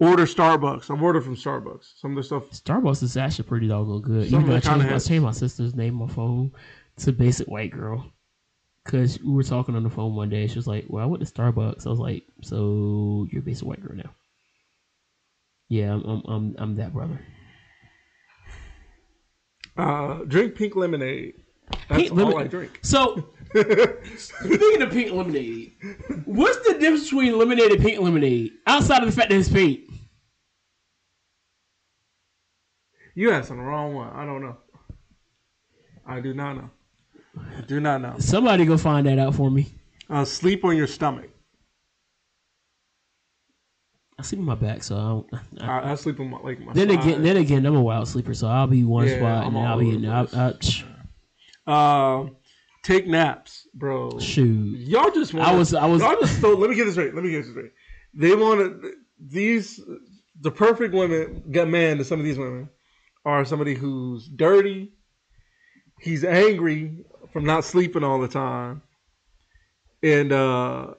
Speaker 2: order Starbucks. I've ordered from Starbucks. Some of the stuff.
Speaker 1: Starbucks is actually pretty doggone good.
Speaker 2: Some
Speaker 1: Even though I
Speaker 2: of it kinda
Speaker 1: changed, my,
Speaker 2: has-
Speaker 1: changed my sister's name on phone to Basic White Girl because we were talking on the phone one day. She was like, "Well, I went to Starbucks." I was like, "So you're a Basic White Girl now?" Yeah, I'm I'm I'm, I'm that brother.
Speaker 2: Uh, drink pink lemonade. That's
Speaker 1: Pink
Speaker 2: all
Speaker 1: lemon-
Speaker 2: I drink.
Speaker 1: So speaking of pink lemonade, what's the difference between lemonade and pink lemonade outside of the fact that it's pink?
Speaker 2: you asking the wrong one. I don't know. I do not know.
Speaker 3: I do not know.
Speaker 1: Somebody go find that out for me.
Speaker 3: Uh, sleep on your stomach.
Speaker 1: I sleep on my back, so I don't. I,
Speaker 2: I, I sleep on my like my.
Speaker 1: then
Speaker 2: side.
Speaker 1: again, then again, I'm a wild sleeper, so I'll be one
Speaker 2: Yeah,
Speaker 1: spot
Speaker 2: I'm
Speaker 1: and then
Speaker 2: all
Speaker 1: I'll be
Speaker 2: over
Speaker 1: in. uh,
Speaker 2: the
Speaker 1: I,
Speaker 2: place.
Speaker 1: I, psh,
Speaker 3: Uh,
Speaker 2: take naps, bro.
Speaker 1: shoot,
Speaker 2: Y'all just want.
Speaker 1: I was, I was.
Speaker 2: Y'all just so let me get this straight. Let me get this straight. They want to these the perfect women get man to some of these women are somebody who's dirty. He's angry from not sleeping all the time, and uh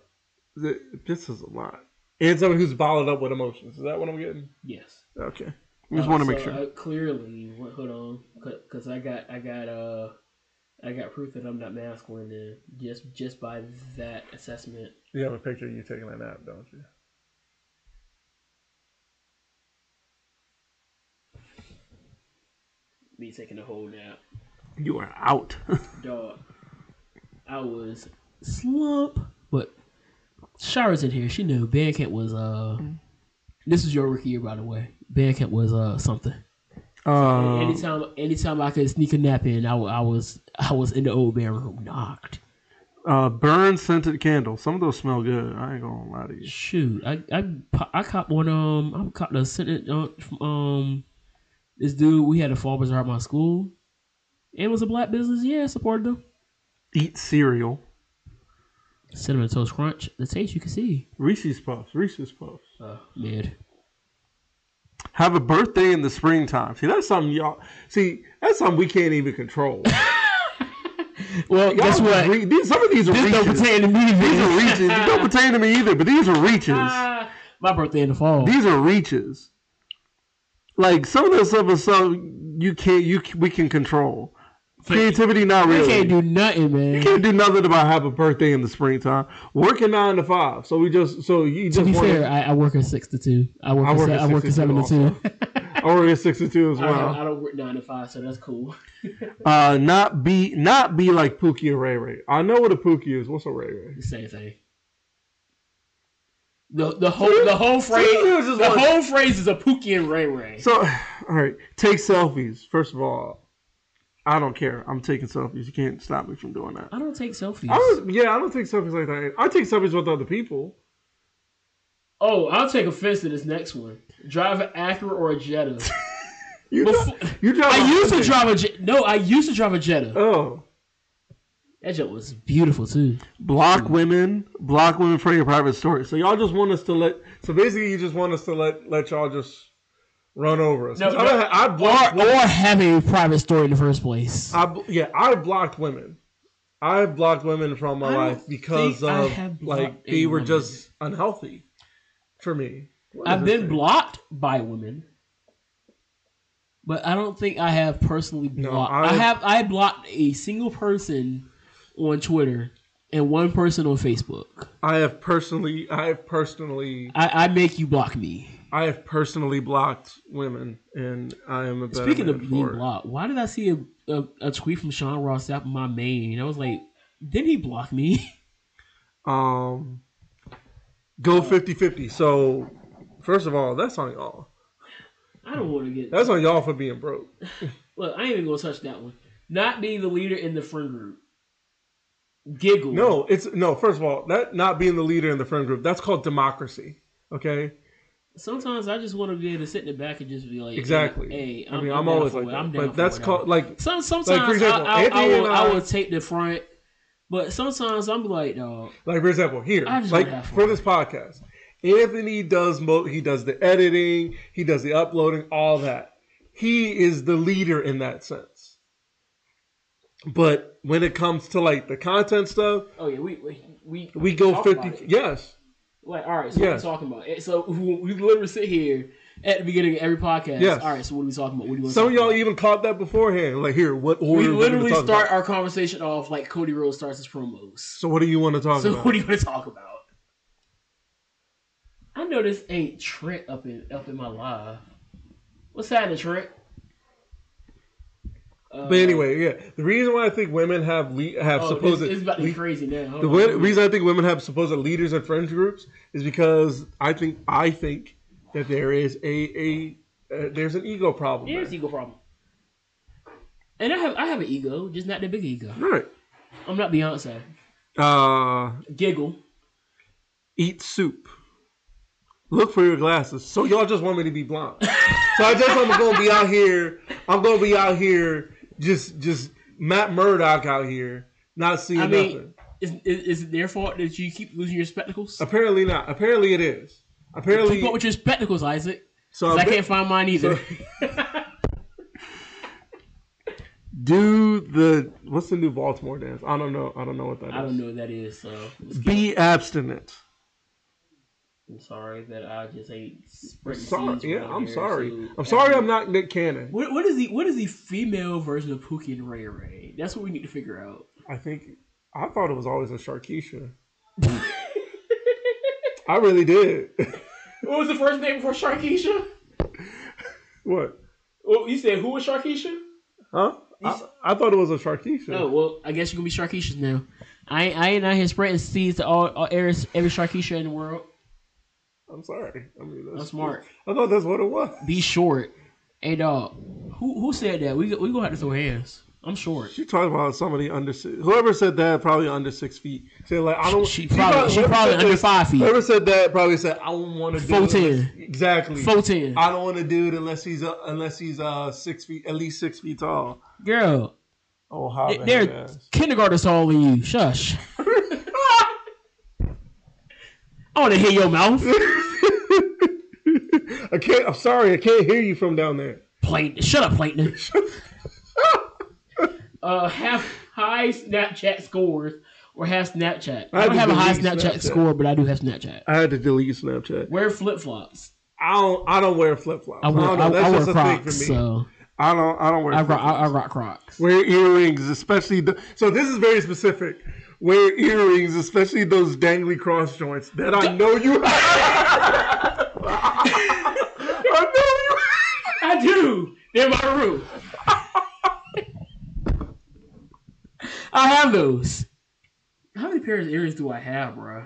Speaker 2: th- this is a lot. And somebody who's bottled up with emotions. Is that what I'm getting?
Speaker 1: Yes,
Speaker 2: Okay.
Speaker 3: I just
Speaker 1: Uh,
Speaker 3: want to
Speaker 1: so,
Speaker 3: make sure.
Speaker 1: uh, clearly, wh- hold on, because I got, I got, uh, I got proof that I'm not masculine. Then just, just by that assessment,
Speaker 2: You have a picture of you taking a nap, don't you?
Speaker 1: me taking a whole nap,
Speaker 3: you are out. [LAUGHS]
Speaker 1: dog. I was
Speaker 3: Mm.
Speaker 1: slump, but Shara's in here. She knew Bandcamp was uh This is your rookie year, by the way. Bandcamp was uh something.
Speaker 2: Uh,
Speaker 1: anytime, anytime I could sneak a nap in, I, wa- I was, I was in the old band room, knocked.
Speaker 2: uh, burn scented candle. Some of those smell good. I ain't gonna lie to you.
Speaker 1: Shoot, I, I, po- I copped one. Um, I copped a sentence uh, from um, this dude. We had a fall bazaar at my school. It was a black business. Yeah, I supported them.
Speaker 2: Eat cereal.
Speaker 1: Cinnamon toast crunch. The taste you can see.
Speaker 2: Reese's Puffs. Reese's Puffs.
Speaker 1: Uh, mid.
Speaker 2: Have a birthday in the springtime. See, that's something y'all. See, that's something we can't even control.
Speaker 1: Well, [LAUGHS]
Speaker 2: Y'all
Speaker 1: guess what?
Speaker 2: re- these, some of these are
Speaker 1: This don't
Speaker 2: reaches.
Speaker 1: pertain to me.
Speaker 2: These are reaches. They don't pertain to me either. But these
Speaker 1: [LAUGHS]
Speaker 2: are reaches.
Speaker 1: Ah, my birthday in the fall.
Speaker 2: These are reaches. Like some of this stuff is stuff you can't. You c- we can control. Creativity, not
Speaker 1: we
Speaker 2: really.
Speaker 1: can't do nothing, man.
Speaker 2: can't do nothing about have a birthday in the springtime. Working nine to five, so we just so you
Speaker 1: To
Speaker 2: just
Speaker 1: be
Speaker 2: want
Speaker 1: fair, I, I work at six to two. I work.
Speaker 2: I
Speaker 1: I
Speaker 2: work
Speaker 1: work,
Speaker 2: at
Speaker 1: I work at
Speaker 2: six to
Speaker 1: seven
Speaker 2: two
Speaker 1: to two. [LAUGHS]
Speaker 2: or it's six to two as
Speaker 1: I, don't,
Speaker 2: well.
Speaker 1: I don't work nine to five, so that's cool.
Speaker 2: Uh, not be not be like Pookie and Ray Ray. I know what a Pookie is. What's a Ray Ray?
Speaker 1: The same thing. The the whole the whole phrase
Speaker 2: this is
Speaker 1: the
Speaker 2: like-
Speaker 1: whole phrase is a Pookie and Ray Ray.
Speaker 2: So, [SIGHS] all right, take selfies. First of all, I don't care. I'm taking selfies. You can't stop me from doing that.
Speaker 1: I don't take selfies.
Speaker 2: I don't, yeah, I don't take selfies like that. I take selfies with other people.
Speaker 1: oh, I'll take offense to this next one. Drive an Acura or a
Speaker 2: [LAUGHS]
Speaker 1: Jetta.
Speaker 2: You
Speaker 1: Before-
Speaker 2: dri- you drive.
Speaker 1: I
Speaker 2: a
Speaker 1: used to
Speaker 2: Hyundai.
Speaker 1: drive a Je- no. I used to drive a Jetta.
Speaker 2: Oh,
Speaker 1: That Jetta was beautiful too.
Speaker 2: block women, block women for your private story. So y'all just want us to let. So basically, you just want us to let let y'all just run over us.
Speaker 1: No,
Speaker 2: I,
Speaker 1: no.
Speaker 2: don't ha- I
Speaker 1: Or
Speaker 2: blocked.
Speaker 1: or have a private story in the first place.
Speaker 2: I bl- yeah, I blocked women. I blocked women from
Speaker 1: I
Speaker 2: my
Speaker 1: don't
Speaker 2: life because
Speaker 1: think I
Speaker 2: of
Speaker 1: have
Speaker 2: like
Speaker 1: blocked
Speaker 2: they
Speaker 1: a
Speaker 2: were
Speaker 1: woman.
Speaker 2: just unhealthy for me. What
Speaker 1: I've
Speaker 2: is this
Speaker 1: been
Speaker 2: thing?
Speaker 1: blocked by women, but I don't think I have personally blocked.
Speaker 2: No,
Speaker 1: I,
Speaker 2: I-
Speaker 1: have I blocked a single person on Twitter and one person on Facebook.
Speaker 2: I have personally, I have personally,
Speaker 1: I, I make you block me.
Speaker 2: I have personally blocked women, and I am a better
Speaker 1: Speaking
Speaker 2: man
Speaker 1: of being
Speaker 2: for it.
Speaker 1: blocked, why did I see a, a, a tweet from Sean Ross out my main? I was like, did he block me? [LAUGHS]
Speaker 2: Um, go 50-50. So, first of all, that's on y'all.
Speaker 1: I don't want to get.
Speaker 2: That's on y'all for being broke.
Speaker 1: Look, I ain't even gonna touch that one. Not being the leader in the friend group. Giggle.
Speaker 2: No, it's no. First of all, that not being the leader in the friend group, that's called democracy. Okay.
Speaker 1: Sometimes I just want to be able to sit in the back and just be like,
Speaker 2: Exactly.
Speaker 1: Hey,
Speaker 2: I
Speaker 1: I'm,
Speaker 2: mean,
Speaker 1: I'm
Speaker 2: I'm,
Speaker 1: down
Speaker 2: always
Speaker 1: for
Speaker 2: like
Speaker 1: it.
Speaker 2: that.
Speaker 1: I'm down
Speaker 2: but that's
Speaker 1: for it.
Speaker 2: called like
Speaker 1: Some, sometimes
Speaker 2: for example,
Speaker 1: I, I, I,
Speaker 2: Anthony
Speaker 1: will,
Speaker 2: and
Speaker 1: I,
Speaker 2: I-
Speaker 1: will take the front, but sometimes I'm like, dog,
Speaker 2: like for example here,
Speaker 1: I just
Speaker 2: like
Speaker 1: wanna have
Speaker 2: for
Speaker 1: fun.
Speaker 2: this podcast, Anthony does mo- he does the editing, he does the uploading, all that. He is the leader in that sense. But when it comes to like the content stuff,
Speaker 1: oh yeah, we we we,
Speaker 2: we go
Speaker 1: talk about
Speaker 2: fifty.
Speaker 1: it.
Speaker 2: Yes,
Speaker 1: Like, all right, so
Speaker 2: Yeah.
Speaker 1: what are we talking about? Eh, So [LAUGHS] we we literally sit here at the beginning of every podcast.
Speaker 2: Yes.
Speaker 1: All right, so what are we talking about? What do you want
Speaker 2: some of
Speaker 1: to
Speaker 2: y'all even caught that beforehand. Like here, what order
Speaker 1: We
Speaker 2: are gonna
Speaker 1: literally
Speaker 2: talk
Speaker 1: start
Speaker 2: about?
Speaker 1: our conversation off like Cody Rhodes starts his promos.
Speaker 2: So what do you want to talk
Speaker 1: So [LAUGHS]
Speaker 2: about?
Speaker 1: what do you want to talk about? I know this ain't Trent up in up in my live. What's happening, Trent? Uh,
Speaker 2: But anyway, yeah. The reason why I think women have le- have
Speaker 1: oh,
Speaker 2: supposed
Speaker 1: this, this is about to
Speaker 2: le-
Speaker 1: be crazy now.
Speaker 2: the way- reason I think women have supposed leaders in friends groups is because I think I think that there is a a uh, there's an ego problem.
Speaker 1: Here's
Speaker 2: there.
Speaker 1: ego problem. And I have I have an ego, just not the big ego.
Speaker 2: Right.
Speaker 1: I'm not Beyonce.
Speaker 2: Uh,
Speaker 1: Giggle.
Speaker 2: eat soup. Look for your glasses. So y'all just want me to
Speaker 1: [LAUGHS]
Speaker 2: be blind. so I just I'm gonna be out here. I'm gonna be out here just just Matt Murdock out here not seeing
Speaker 1: I
Speaker 2: nothing.
Speaker 1: mean, is, is, is it their fault that you keep losing your spectacles?
Speaker 2: Apparently not. Apparently it is. Apparently Uh,
Speaker 1: Keep up with your spectacles, Isaac.
Speaker 2: so
Speaker 1: 'cause I
Speaker 2: bet-
Speaker 1: can't find mine either.
Speaker 2: Do the what's the new Baltimore dance? I don't know. I don't know what that is.
Speaker 1: I don't know what that is, so
Speaker 2: Be abstinent.
Speaker 1: I'm sorry that I just ain't spreading
Speaker 2: Sorry.
Speaker 1: seeds
Speaker 2: Yeah,
Speaker 1: around
Speaker 2: I'm
Speaker 1: here
Speaker 2: sorry.
Speaker 1: to
Speaker 2: I'm sorry.
Speaker 1: every-
Speaker 2: I'm not Nick Cannon.
Speaker 1: What, what is the what is the female version of Pookie and Ray Ray? That's what we need to figure out.
Speaker 2: I think I thought it was always a
Speaker 1: [LAUGHS]
Speaker 2: Sharkeisha. I really did. [LAUGHS]
Speaker 1: What was the first name before Sharkeisha?
Speaker 2: what?
Speaker 1: Well, Oh, you said who was Sharkeisha?
Speaker 2: Huh? I, I thought it was a Sharkeisha.
Speaker 1: Oh well, I guess you can be Sharkeisha now. I ain't, I ain't out here spreading seeds to all, all every, every Sharkeisha in the world.
Speaker 2: I'm sorry. I mean,
Speaker 1: That's smart.
Speaker 2: I thought that's what it was.
Speaker 1: Be short. Hey dog, who who said that? We we gonna have to throw hands. I'm short.
Speaker 2: She talking about somebody under six. Whoever said that probably under six feet. Said like I don't.
Speaker 1: She probably she
Speaker 2: whoever
Speaker 1: probably
Speaker 2: said
Speaker 1: under
Speaker 2: this-
Speaker 1: five feet.
Speaker 2: Whoever said that probably said I don't want to do
Speaker 1: Full
Speaker 2: it.
Speaker 1: ten.
Speaker 2: Exactly.
Speaker 1: Full ten.
Speaker 2: I don't want to do it unless he's uh, unless he's uh six feet at least six feet tall.
Speaker 1: Girl,
Speaker 2: Oh, how
Speaker 1: they- they're kindergarten taller than you. Shush. I want to hear your mouth.
Speaker 2: I can't. I'm sorry. I can't hear you from down there.
Speaker 1: Plain. Shut up, Plankton. [LAUGHS] uh, have high Snapchat scores or have Snapchat. I,
Speaker 2: I had
Speaker 1: don't
Speaker 2: to
Speaker 1: have a high
Speaker 2: delete
Speaker 1: Snapchat,
Speaker 2: Snapchat.
Speaker 1: score, but I do have Snapchat.
Speaker 2: I had to delete Snapchat.
Speaker 1: Wear flip flops.
Speaker 2: I don't. I don't wear flip flops.
Speaker 1: I
Speaker 2: I,
Speaker 1: wear,
Speaker 2: don't know.
Speaker 1: I,
Speaker 2: Oh, That's
Speaker 1: I wear
Speaker 2: just a thing for me.
Speaker 1: Crocs, so
Speaker 2: I don't. I don't wear.
Speaker 1: I
Speaker 2: flip
Speaker 1: rock, I, I rock Crocs.
Speaker 2: Wear earrings, especially. The, so this is very specific. Wear earrings, especially those dangly cross joints that I know you. [LAUGHS] I
Speaker 1: I do. They're my room. I have those. How many pairs of earrings do I have, bro?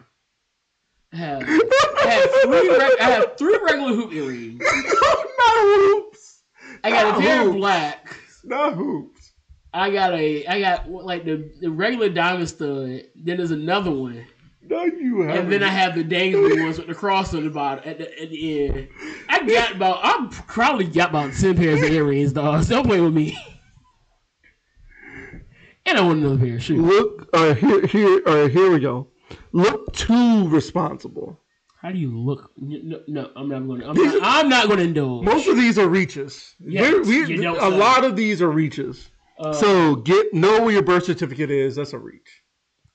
Speaker 1: I [LAUGHS] have, I have three. Reg- I have three regular hoop earrings.
Speaker 2: know you. [LAUGHS] not hoops.
Speaker 1: I got a pair of
Speaker 2: Hoops.
Speaker 1: black.
Speaker 2: Not hoops.
Speaker 1: I got a. I got like the, the regular diamond stud. Then there's another one,
Speaker 2: No, you have.
Speaker 1: and then I have the dangly ones with the cross on the bottom at the, at the end. I got about. I probably got about ten pairs of earrings, dog. Don't play with me. And I want another pair of shoes.
Speaker 2: look. Uh, here, here, uh, here we go. Look too responsible.
Speaker 1: How do you look? N- No, no I'm not going to. I'm not, I'm not going to indulge.
Speaker 2: Most of these are reaches.
Speaker 1: Yeah,
Speaker 2: We're- we-
Speaker 1: you don't
Speaker 2: a
Speaker 1: say.
Speaker 2: lot of these are reaches.
Speaker 1: Uh,
Speaker 2: so get know where your birth certificate is. That's a reach.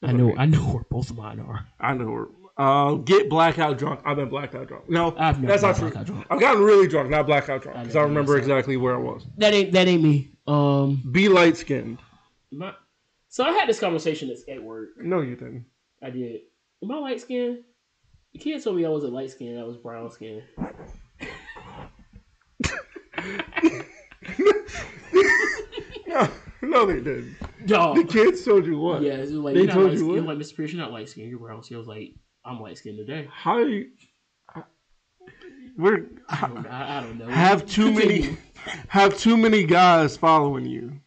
Speaker 1: I know. I know where both of mine are.
Speaker 2: I know. her. Uh, get blackout drunk. I've been blackout drunk. No,
Speaker 1: I've never
Speaker 2: that's
Speaker 1: been
Speaker 2: not true.
Speaker 1: blackout drunk.
Speaker 2: I've gotten really drunk, not blackout drunk, because I,
Speaker 1: know,
Speaker 2: remember
Speaker 1: that's
Speaker 2: exactly where I was.
Speaker 1: That ain't. That ain't me. Um.
Speaker 2: Be light skinned.
Speaker 1: My, so I had this conversation at- at work.
Speaker 2: No, you didn't. [LAUGHS]
Speaker 1: I did. Am I light skinned? The kid told me I wasn't light skinned, I was brown skinned.
Speaker 2: No, no, they didn't. The
Speaker 1: Dog.
Speaker 2: kids told you what?
Speaker 1: Yeah, it's like,
Speaker 2: They
Speaker 1: you're not
Speaker 2: told
Speaker 1: light
Speaker 2: you
Speaker 1: skinned.
Speaker 2: what?
Speaker 1: You're like, Mr. Pierce, you're not light skinned, you're brown skinned. I was like, I'm light skinned today.
Speaker 2: How do you? We're
Speaker 1: I don't, I, I don't know.
Speaker 2: have too many,
Speaker 1: Continue.
Speaker 2: have too many guys following you.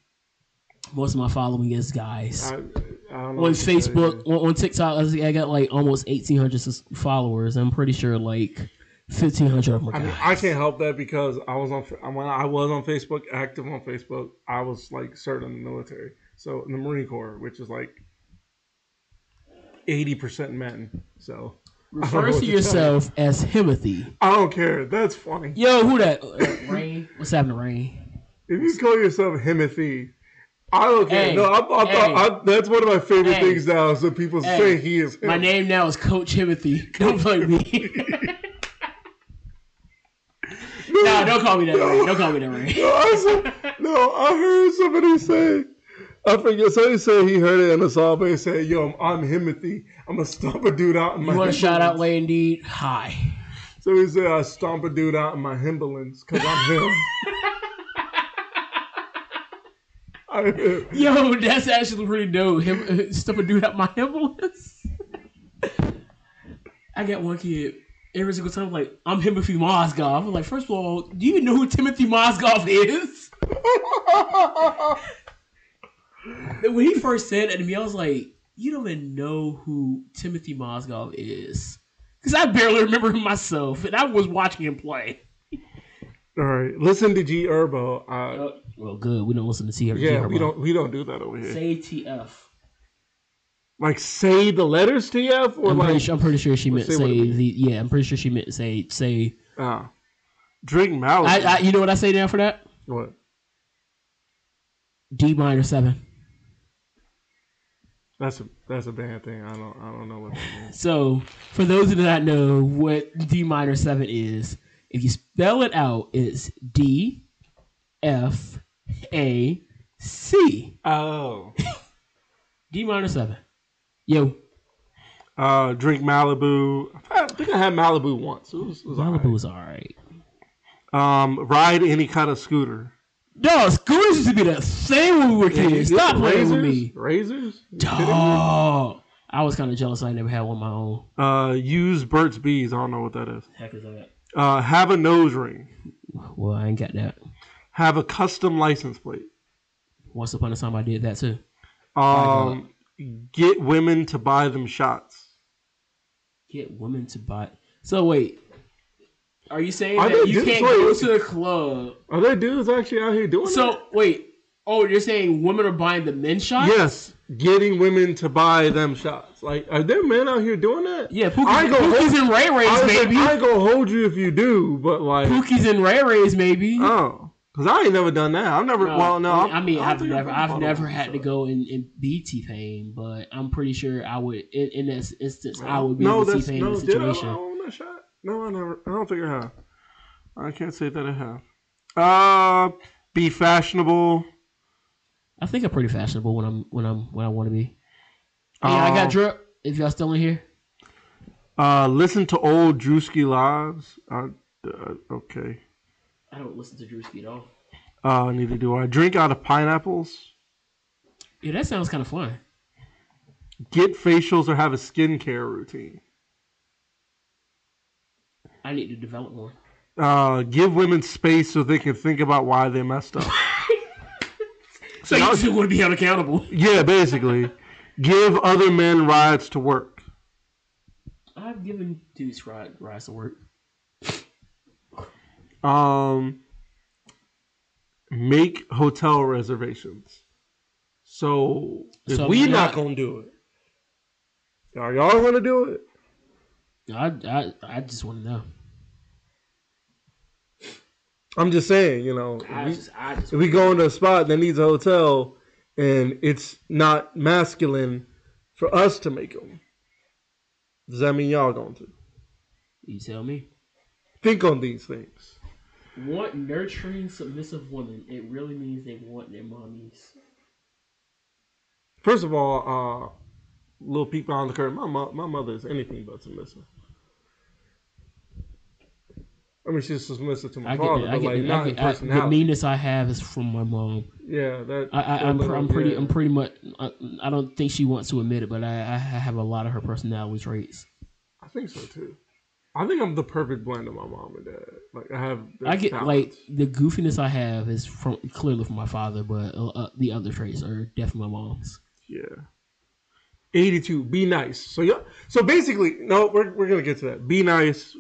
Speaker 1: Most of my following is guys.
Speaker 2: I, I don't know
Speaker 1: on
Speaker 2: what to tell you.
Speaker 1: Facebook, on, on TikTok, I was- I got like almost 1,800 sus- followers. I'm pretty sure like 1,500 of them
Speaker 2: I
Speaker 1: are
Speaker 2: mean,
Speaker 1: guys.
Speaker 2: I can't help that because I was on when I was on Facebook, active on Facebook. I was like served in the military, so in the Marine Corps, which is like eighty percent men. So I don't
Speaker 1: Refer
Speaker 2: know
Speaker 1: to
Speaker 2: what to
Speaker 1: yourself as Himothy.
Speaker 2: I don't care. That's funny.
Speaker 1: Yo, who that? Uh, Rain? What's happening, Rain?
Speaker 2: If you call yourself Himothy, I don't care.
Speaker 1: Hey,
Speaker 2: no, I, I,
Speaker 1: hey.
Speaker 2: I, I, that's one of my favorite
Speaker 1: Hey.
Speaker 2: things now. So people
Speaker 1: Hey.
Speaker 2: say he is.
Speaker 1: My
Speaker 2: Him.
Speaker 1: name now is Coach Himothy. [LAUGHS] Don't play with me. No, don't call me that. Ray. Don't call me that. [LAUGHS] Ray.
Speaker 2: No, I saw- no, I heard somebody say. I forget. Somebody said he heard it in a song, but he said, "Yo, I'm Himothy. I'm gonna stomp a dude out in my."
Speaker 1: You want to
Speaker 2: Himothy."
Speaker 1: shout out Lay Indeed? Hi.
Speaker 2: So he said, I stomp a dude out in my himbalance because
Speaker 1: [LAUGHS]
Speaker 2: I'm him. I,
Speaker 1: Yo, that's actually pretty dope. Him, uh, stuff a dude out my [LAUGHS] ambulance. I got one kid every single time. Like I'm Timothy Mozgov. I'm like, first of all, do you even know who Timothy Mozgov is? [LAUGHS] And when he first said that to me, I was like, you don't even know who Timothy Mozgov is, because I barely remember him myself, and I was watching him play.
Speaker 2: all right, listen to G Herbo. Uh,
Speaker 1: well, good. We don't listen to TF.
Speaker 2: yeah, we don't we don't do that over here.
Speaker 1: say TF.
Speaker 2: Like say the letters TF or
Speaker 1: I'm, pretty
Speaker 2: like
Speaker 1: sure, I'm pretty sure she meant
Speaker 2: say
Speaker 1: say,
Speaker 2: what it means.
Speaker 1: the yeah. I'm pretty sure she meant say say.
Speaker 2: uh, drink mouth.
Speaker 1: I, I you know what I say now for that
Speaker 2: what?
Speaker 1: D minor seven.
Speaker 2: That's a that's a bad thing. I don't I don't know what that means.
Speaker 1: So for those who do not know what D minor seven is, if you spell it out, it's D F A C
Speaker 2: Oh.
Speaker 1: D minor seven. Yo,
Speaker 2: Uh, drink Malibu. I think I had Malibu once. It was, it was all right.
Speaker 1: Malibu's all right.
Speaker 2: Um, ride any kind of scooter.
Speaker 1: No, scooters used to be the same when we were kids. Stop playing with
Speaker 2: Razors?
Speaker 1: me,
Speaker 2: Razors? You kidding me?
Speaker 1: dog. I was kind of jealous I never had one of my own.
Speaker 2: Uh, use Burt's Bees. I don't know what that is.
Speaker 1: Heck is that?
Speaker 2: Uh, have a nose ring.
Speaker 1: Well, I ain't got that.
Speaker 2: Have a custom license plate.
Speaker 1: Once upon a time, I did that too.
Speaker 2: Um, get women to buy them shots.
Speaker 1: Get women to buy. So wait, are you saying
Speaker 2: Are
Speaker 1: that
Speaker 2: they
Speaker 1: you
Speaker 2: dudes?
Speaker 1: can't
Speaker 2: Wait,
Speaker 1: go
Speaker 2: wait.
Speaker 1: to a club?
Speaker 2: Are there dudes actually out here doing that?
Speaker 1: So wait, oh, you're saying women are buying the men's shots?
Speaker 2: Yes, getting women to buy them shots. Like, are there men out here doing that?
Speaker 1: yeah.
Speaker 2: I
Speaker 1: Pookies,
Speaker 2: go-
Speaker 1: Pookies and Ray Rays,
Speaker 2: I, was like,
Speaker 1: baby.
Speaker 2: I go hold you if you do, but like,
Speaker 1: Pookies and Ray Rays, baby.
Speaker 2: oh, because I ain't never done that. I've never. well, no,
Speaker 1: I mean, I
Speaker 2: I
Speaker 1: have
Speaker 2: think
Speaker 1: never,
Speaker 2: I've
Speaker 1: I've
Speaker 2: bought a
Speaker 1: never
Speaker 2: woman
Speaker 1: had to
Speaker 2: shot.
Speaker 1: go and, and be T Pain, but I'm pretty sure I would, in, in this instance, I would be
Speaker 2: no,
Speaker 1: the
Speaker 2: that's
Speaker 1: T Pain in
Speaker 2: no.
Speaker 1: the
Speaker 2: Did I, I
Speaker 1: situation.
Speaker 2: own that shot? No, I never. I don't think I have. I can't say that I have. Uh, be fashionable.
Speaker 1: I think I'm pretty fashionable when I'm when I'm when I want to be. Hey, I got
Speaker 2: Um,
Speaker 1: drip. If y'all still in here,
Speaker 2: Uh, listen to old Drewski lives. Uh, uh, okay.
Speaker 1: I don't listen to Drewski at all.
Speaker 2: Uh, neither do I. Drink out of pineapples.
Speaker 1: Yeah, that sounds kind of fun.
Speaker 2: Get facials or have a skincare routine.
Speaker 1: I need to develop one.
Speaker 2: Uh, give women space so they can think about why they
Speaker 1: [LAUGHS]
Speaker 2: messed up.
Speaker 1: [LAUGHS] So you just want to be held accountable.
Speaker 2: yeah, basically. Give other men rides to work.
Speaker 1: I've given dudes ride rides to work.
Speaker 2: Um, make hotel reservations. So if
Speaker 1: So
Speaker 2: we
Speaker 1: you're not-
Speaker 2: not gonna do it, are y'all gonna do it?
Speaker 1: I I, I just want to know.
Speaker 2: I'm just saying, you know, if
Speaker 1: I
Speaker 2: we,
Speaker 1: just I just
Speaker 2: if we go into a spot that needs a hotel and it's not masculine for us to make them, does that mean y'all going to
Speaker 1: you tell me.
Speaker 2: think on these things?
Speaker 1: Want nurturing submissive women. It really means they want their mommies.
Speaker 2: First of all, uh, little peek behind the curtain. My mo- my mother is anything but submissive. I mean, she's submissive to my
Speaker 1: I get
Speaker 2: father,
Speaker 1: that.
Speaker 2: but
Speaker 1: I get that.
Speaker 2: like not
Speaker 1: I
Speaker 2: in
Speaker 1: get, I, the
Speaker 2: personality.
Speaker 1: meanness I have is from my mom.
Speaker 2: yeah, that.
Speaker 1: I, I
Speaker 2: that
Speaker 1: I'm,
Speaker 2: little-
Speaker 1: pr- I'm pretty
Speaker 2: yeah.
Speaker 1: I'm pretty much I, I don't think she wants to admit it, but I, I have a lot of her personality traits.
Speaker 2: I think so too. I think I'm the perfect blend of my mom and dad. Like I have.
Speaker 1: I get like
Speaker 2: balance.
Speaker 1: the goofiness I have is from clearly from my father, but uh, uh, the other traits are definitely my mom's.
Speaker 2: Yeah. 82. Be nice. So yeah. So basically, no, we're, we're gonna get to that. Be nice.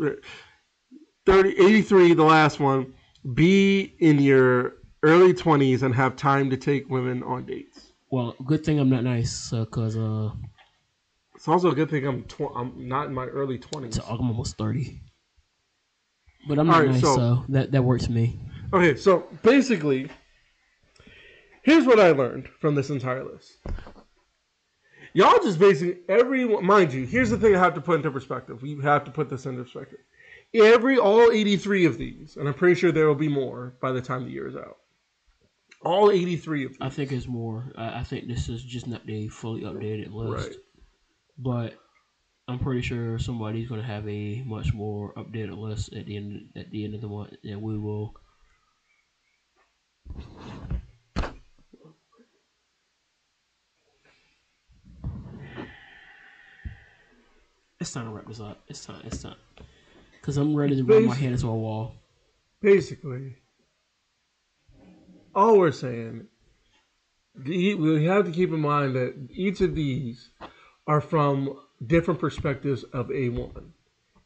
Speaker 2: 30, 83, the last one. Be in your early 20s and have time to take women on dates.
Speaker 1: Well, good thing I'm not nice because uh,
Speaker 2: It's also a good thing I'm tw- I'm not in my early 20s.
Speaker 1: so I'm almost thirty. But I'm
Speaker 2: All
Speaker 1: not
Speaker 2: right,
Speaker 1: nice,
Speaker 2: so-
Speaker 1: so, that that works for me.
Speaker 2: Okay, so basically, here's what I learned from this entire list. Y'all just basing every mind you. Here's the thing I have to put into perspective. We have to put this into perspective. Every all 83 of these, and I'm pretty sure there will be more by the time the year is out. All 83 of these.
Speaker 1: I think it's more. I, I think this is just not the fully updated list,
Speaker 2: Right.
Speaker 1: but I'm pretty sure somebody's going to have a much more updated list at the end at the end of the month, and we will. It's time to wrap this up. It's time. It's time. Cause I'm ready to run my head into a wall.
Speaker 2: Basically, all we're saying, the- we have to keep in mind that each of these are from different perspectives of a woman.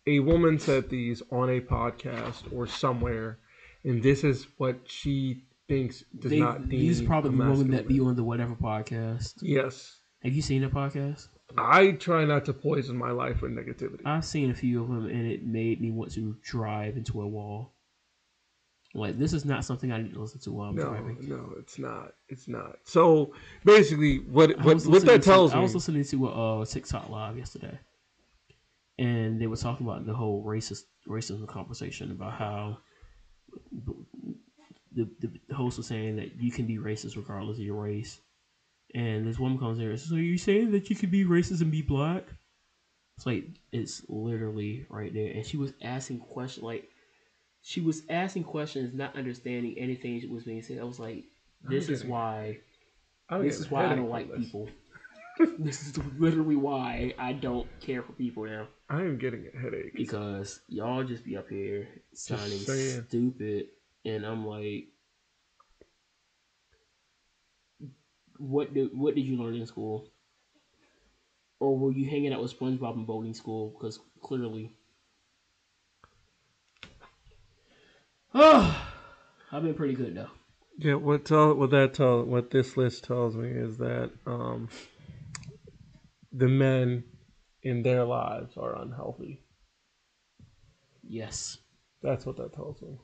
Speaker 2: A woman said these on a podcast or somewhere, and this is what she thinks does
Speaker 1: They,
Speaker 2: not deem.
Speaker 1: these probably
Speaker 2: a
Speaker 1: the women that
Speaker 2: masculine
Speaker 1: be
Speaker 2: man.
Speaker 1: on the whatever podcast.
Speaker 2: Yes,
Speaker 1: Have you seen the podcast?
Speaker 2: I try not to poison my life with negativity.
Speaker 1: I've seen a few of them, and it made me want to drive into a wall. Like this is not something I need to listen to while I'm
Speaker 2: no,
Speaker 1: driving.
Speaker 2: no, it's not. It's not. So basically, what
Speaker 1: I
Speaker 2: what,
Speaker 1: was
Speaker 2: what
Speaker 1: listening
Speaker 2: that tells
Speaker 1: to,
Speaker 2: me.
Speaker 1: I was listening to a uh, TikTok live yesterday, and they were talking about the whole racist racism conversation about how the, the, the host was saying that you can be racist regardless of your race, and this woman comes in and says, "So you saying that you could be racist and be black?" It's like it's literally right there, and she was asking questions like she was asking questions, not understanding anything that was being said. I was like, "This is
Speaker 2: getting-
Speaker 1: why."
Speaker 2: I don't
Speaker 1: This
Speaker 2: get
Speaker 1: is why I
Speaker 2: headache
Speaker 1: don't
Speaker 2: from
Speaker 1: like
Speaker 2: this.
Speaker 1: people. [LAUGHS] this is literally why I don't care for people now
Speaker 2: I am getting a headache.
Speaker 1: because y'all just be up here sounding
Speaker 2: saying.
Speaker 1: stupid, and I'm like, what did what did you learn in school? Or were you hanging out with SpongeBob in boating school? Because clearly, [SIGHS] I've been pretty good though.
Speaker 2: Yeah, what tell what that tell what this list tells me is that um, the men in their lives are unhealthy.
Speaker 1: Yes.
Speaker 2: That's what that tells me.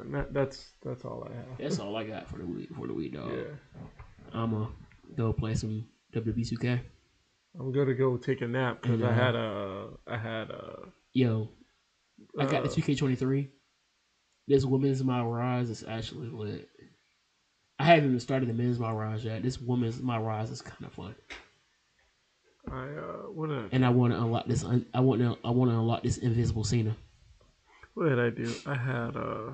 Speaker 2: And that, that's that's all I have.
Speaker 1: That's all I got for the week. For the week, dog.
Speaker 2: Yeah,
Speaker 1: I'ma go play some WWE 2K.
Speaker 2: I'm gonna go take a nap because I
Speaker 1: Yeah.
Speaker 2: had a I had a
Speaker 1: Yo, I got the
Speaker 2: Uh,
Speaker 1: 2K23. This women's my rise is actually lit. I haven't even started the men's my rise yet. This women's my rise is kind of fun,
Speaker 2: I uh, what did I,
Speaker 1: and I want to unlock this. un- I want to. I want to unlock this invisible Cena.
Speaker 2: what did I do? I had uh,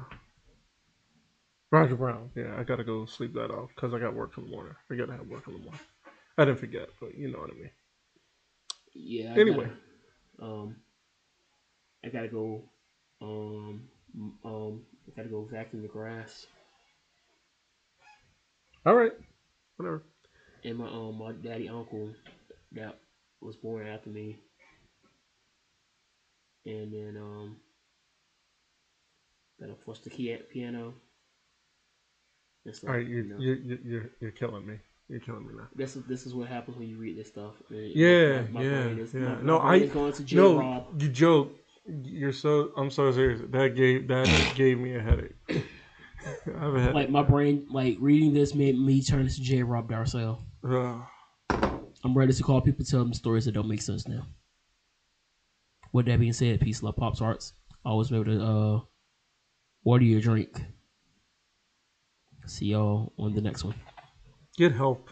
Speaker 2: Roger Brown. Yeah, I gotta go sleep that off because I got work in the morning. I gotta have work in the morning. I didn't forget, but you know what I mean.
Speaker 1: Yeah. I
Speaker 2: Anyway.
Speaker 1: gotta, um, I gotta go. Um, m- um, I gotta go vacuum the grass,
Speaker 2: All right, whatever.
Speaker 1: and my um, my daddy uncle that was born after me, and then um, gotta force the key at piano. That's
Speaker 2: All right,
Speaker 1: you know,
Speaker 2: you you you you're, you're killing me. You're killing me now.
Speaker 1: this is this is what happens when you read this stuff. Uh, my-
Speaker 2: Yeah,
Speaker 1: my, my
Speaker 2: yeah,
Speaker 1: brain is,
Speaker 2: yeah.
Speaker 1: My,
Speaker 2: No,
Speaker 1: my brain
Speaker 2: I-
Speaker 1: is going to J
Speaker 2: No,
Speaker 1: Rob.
Speaker 2: you joke. You're so. I'm so serious. That gave that gave me a headache. [COUGHS] I have a headache.
Speaker 1: Like my brain, like reading this made me turn into J Rob Darcel.
Speaker 2: Ugh.
Speaker 1: I'm ready to call people, tell them stories that don't make sense now. With that being said, peace, love, pops, arts. Always remember to uh, order your drink. See y'all on the next one.
Speaker 2: get help.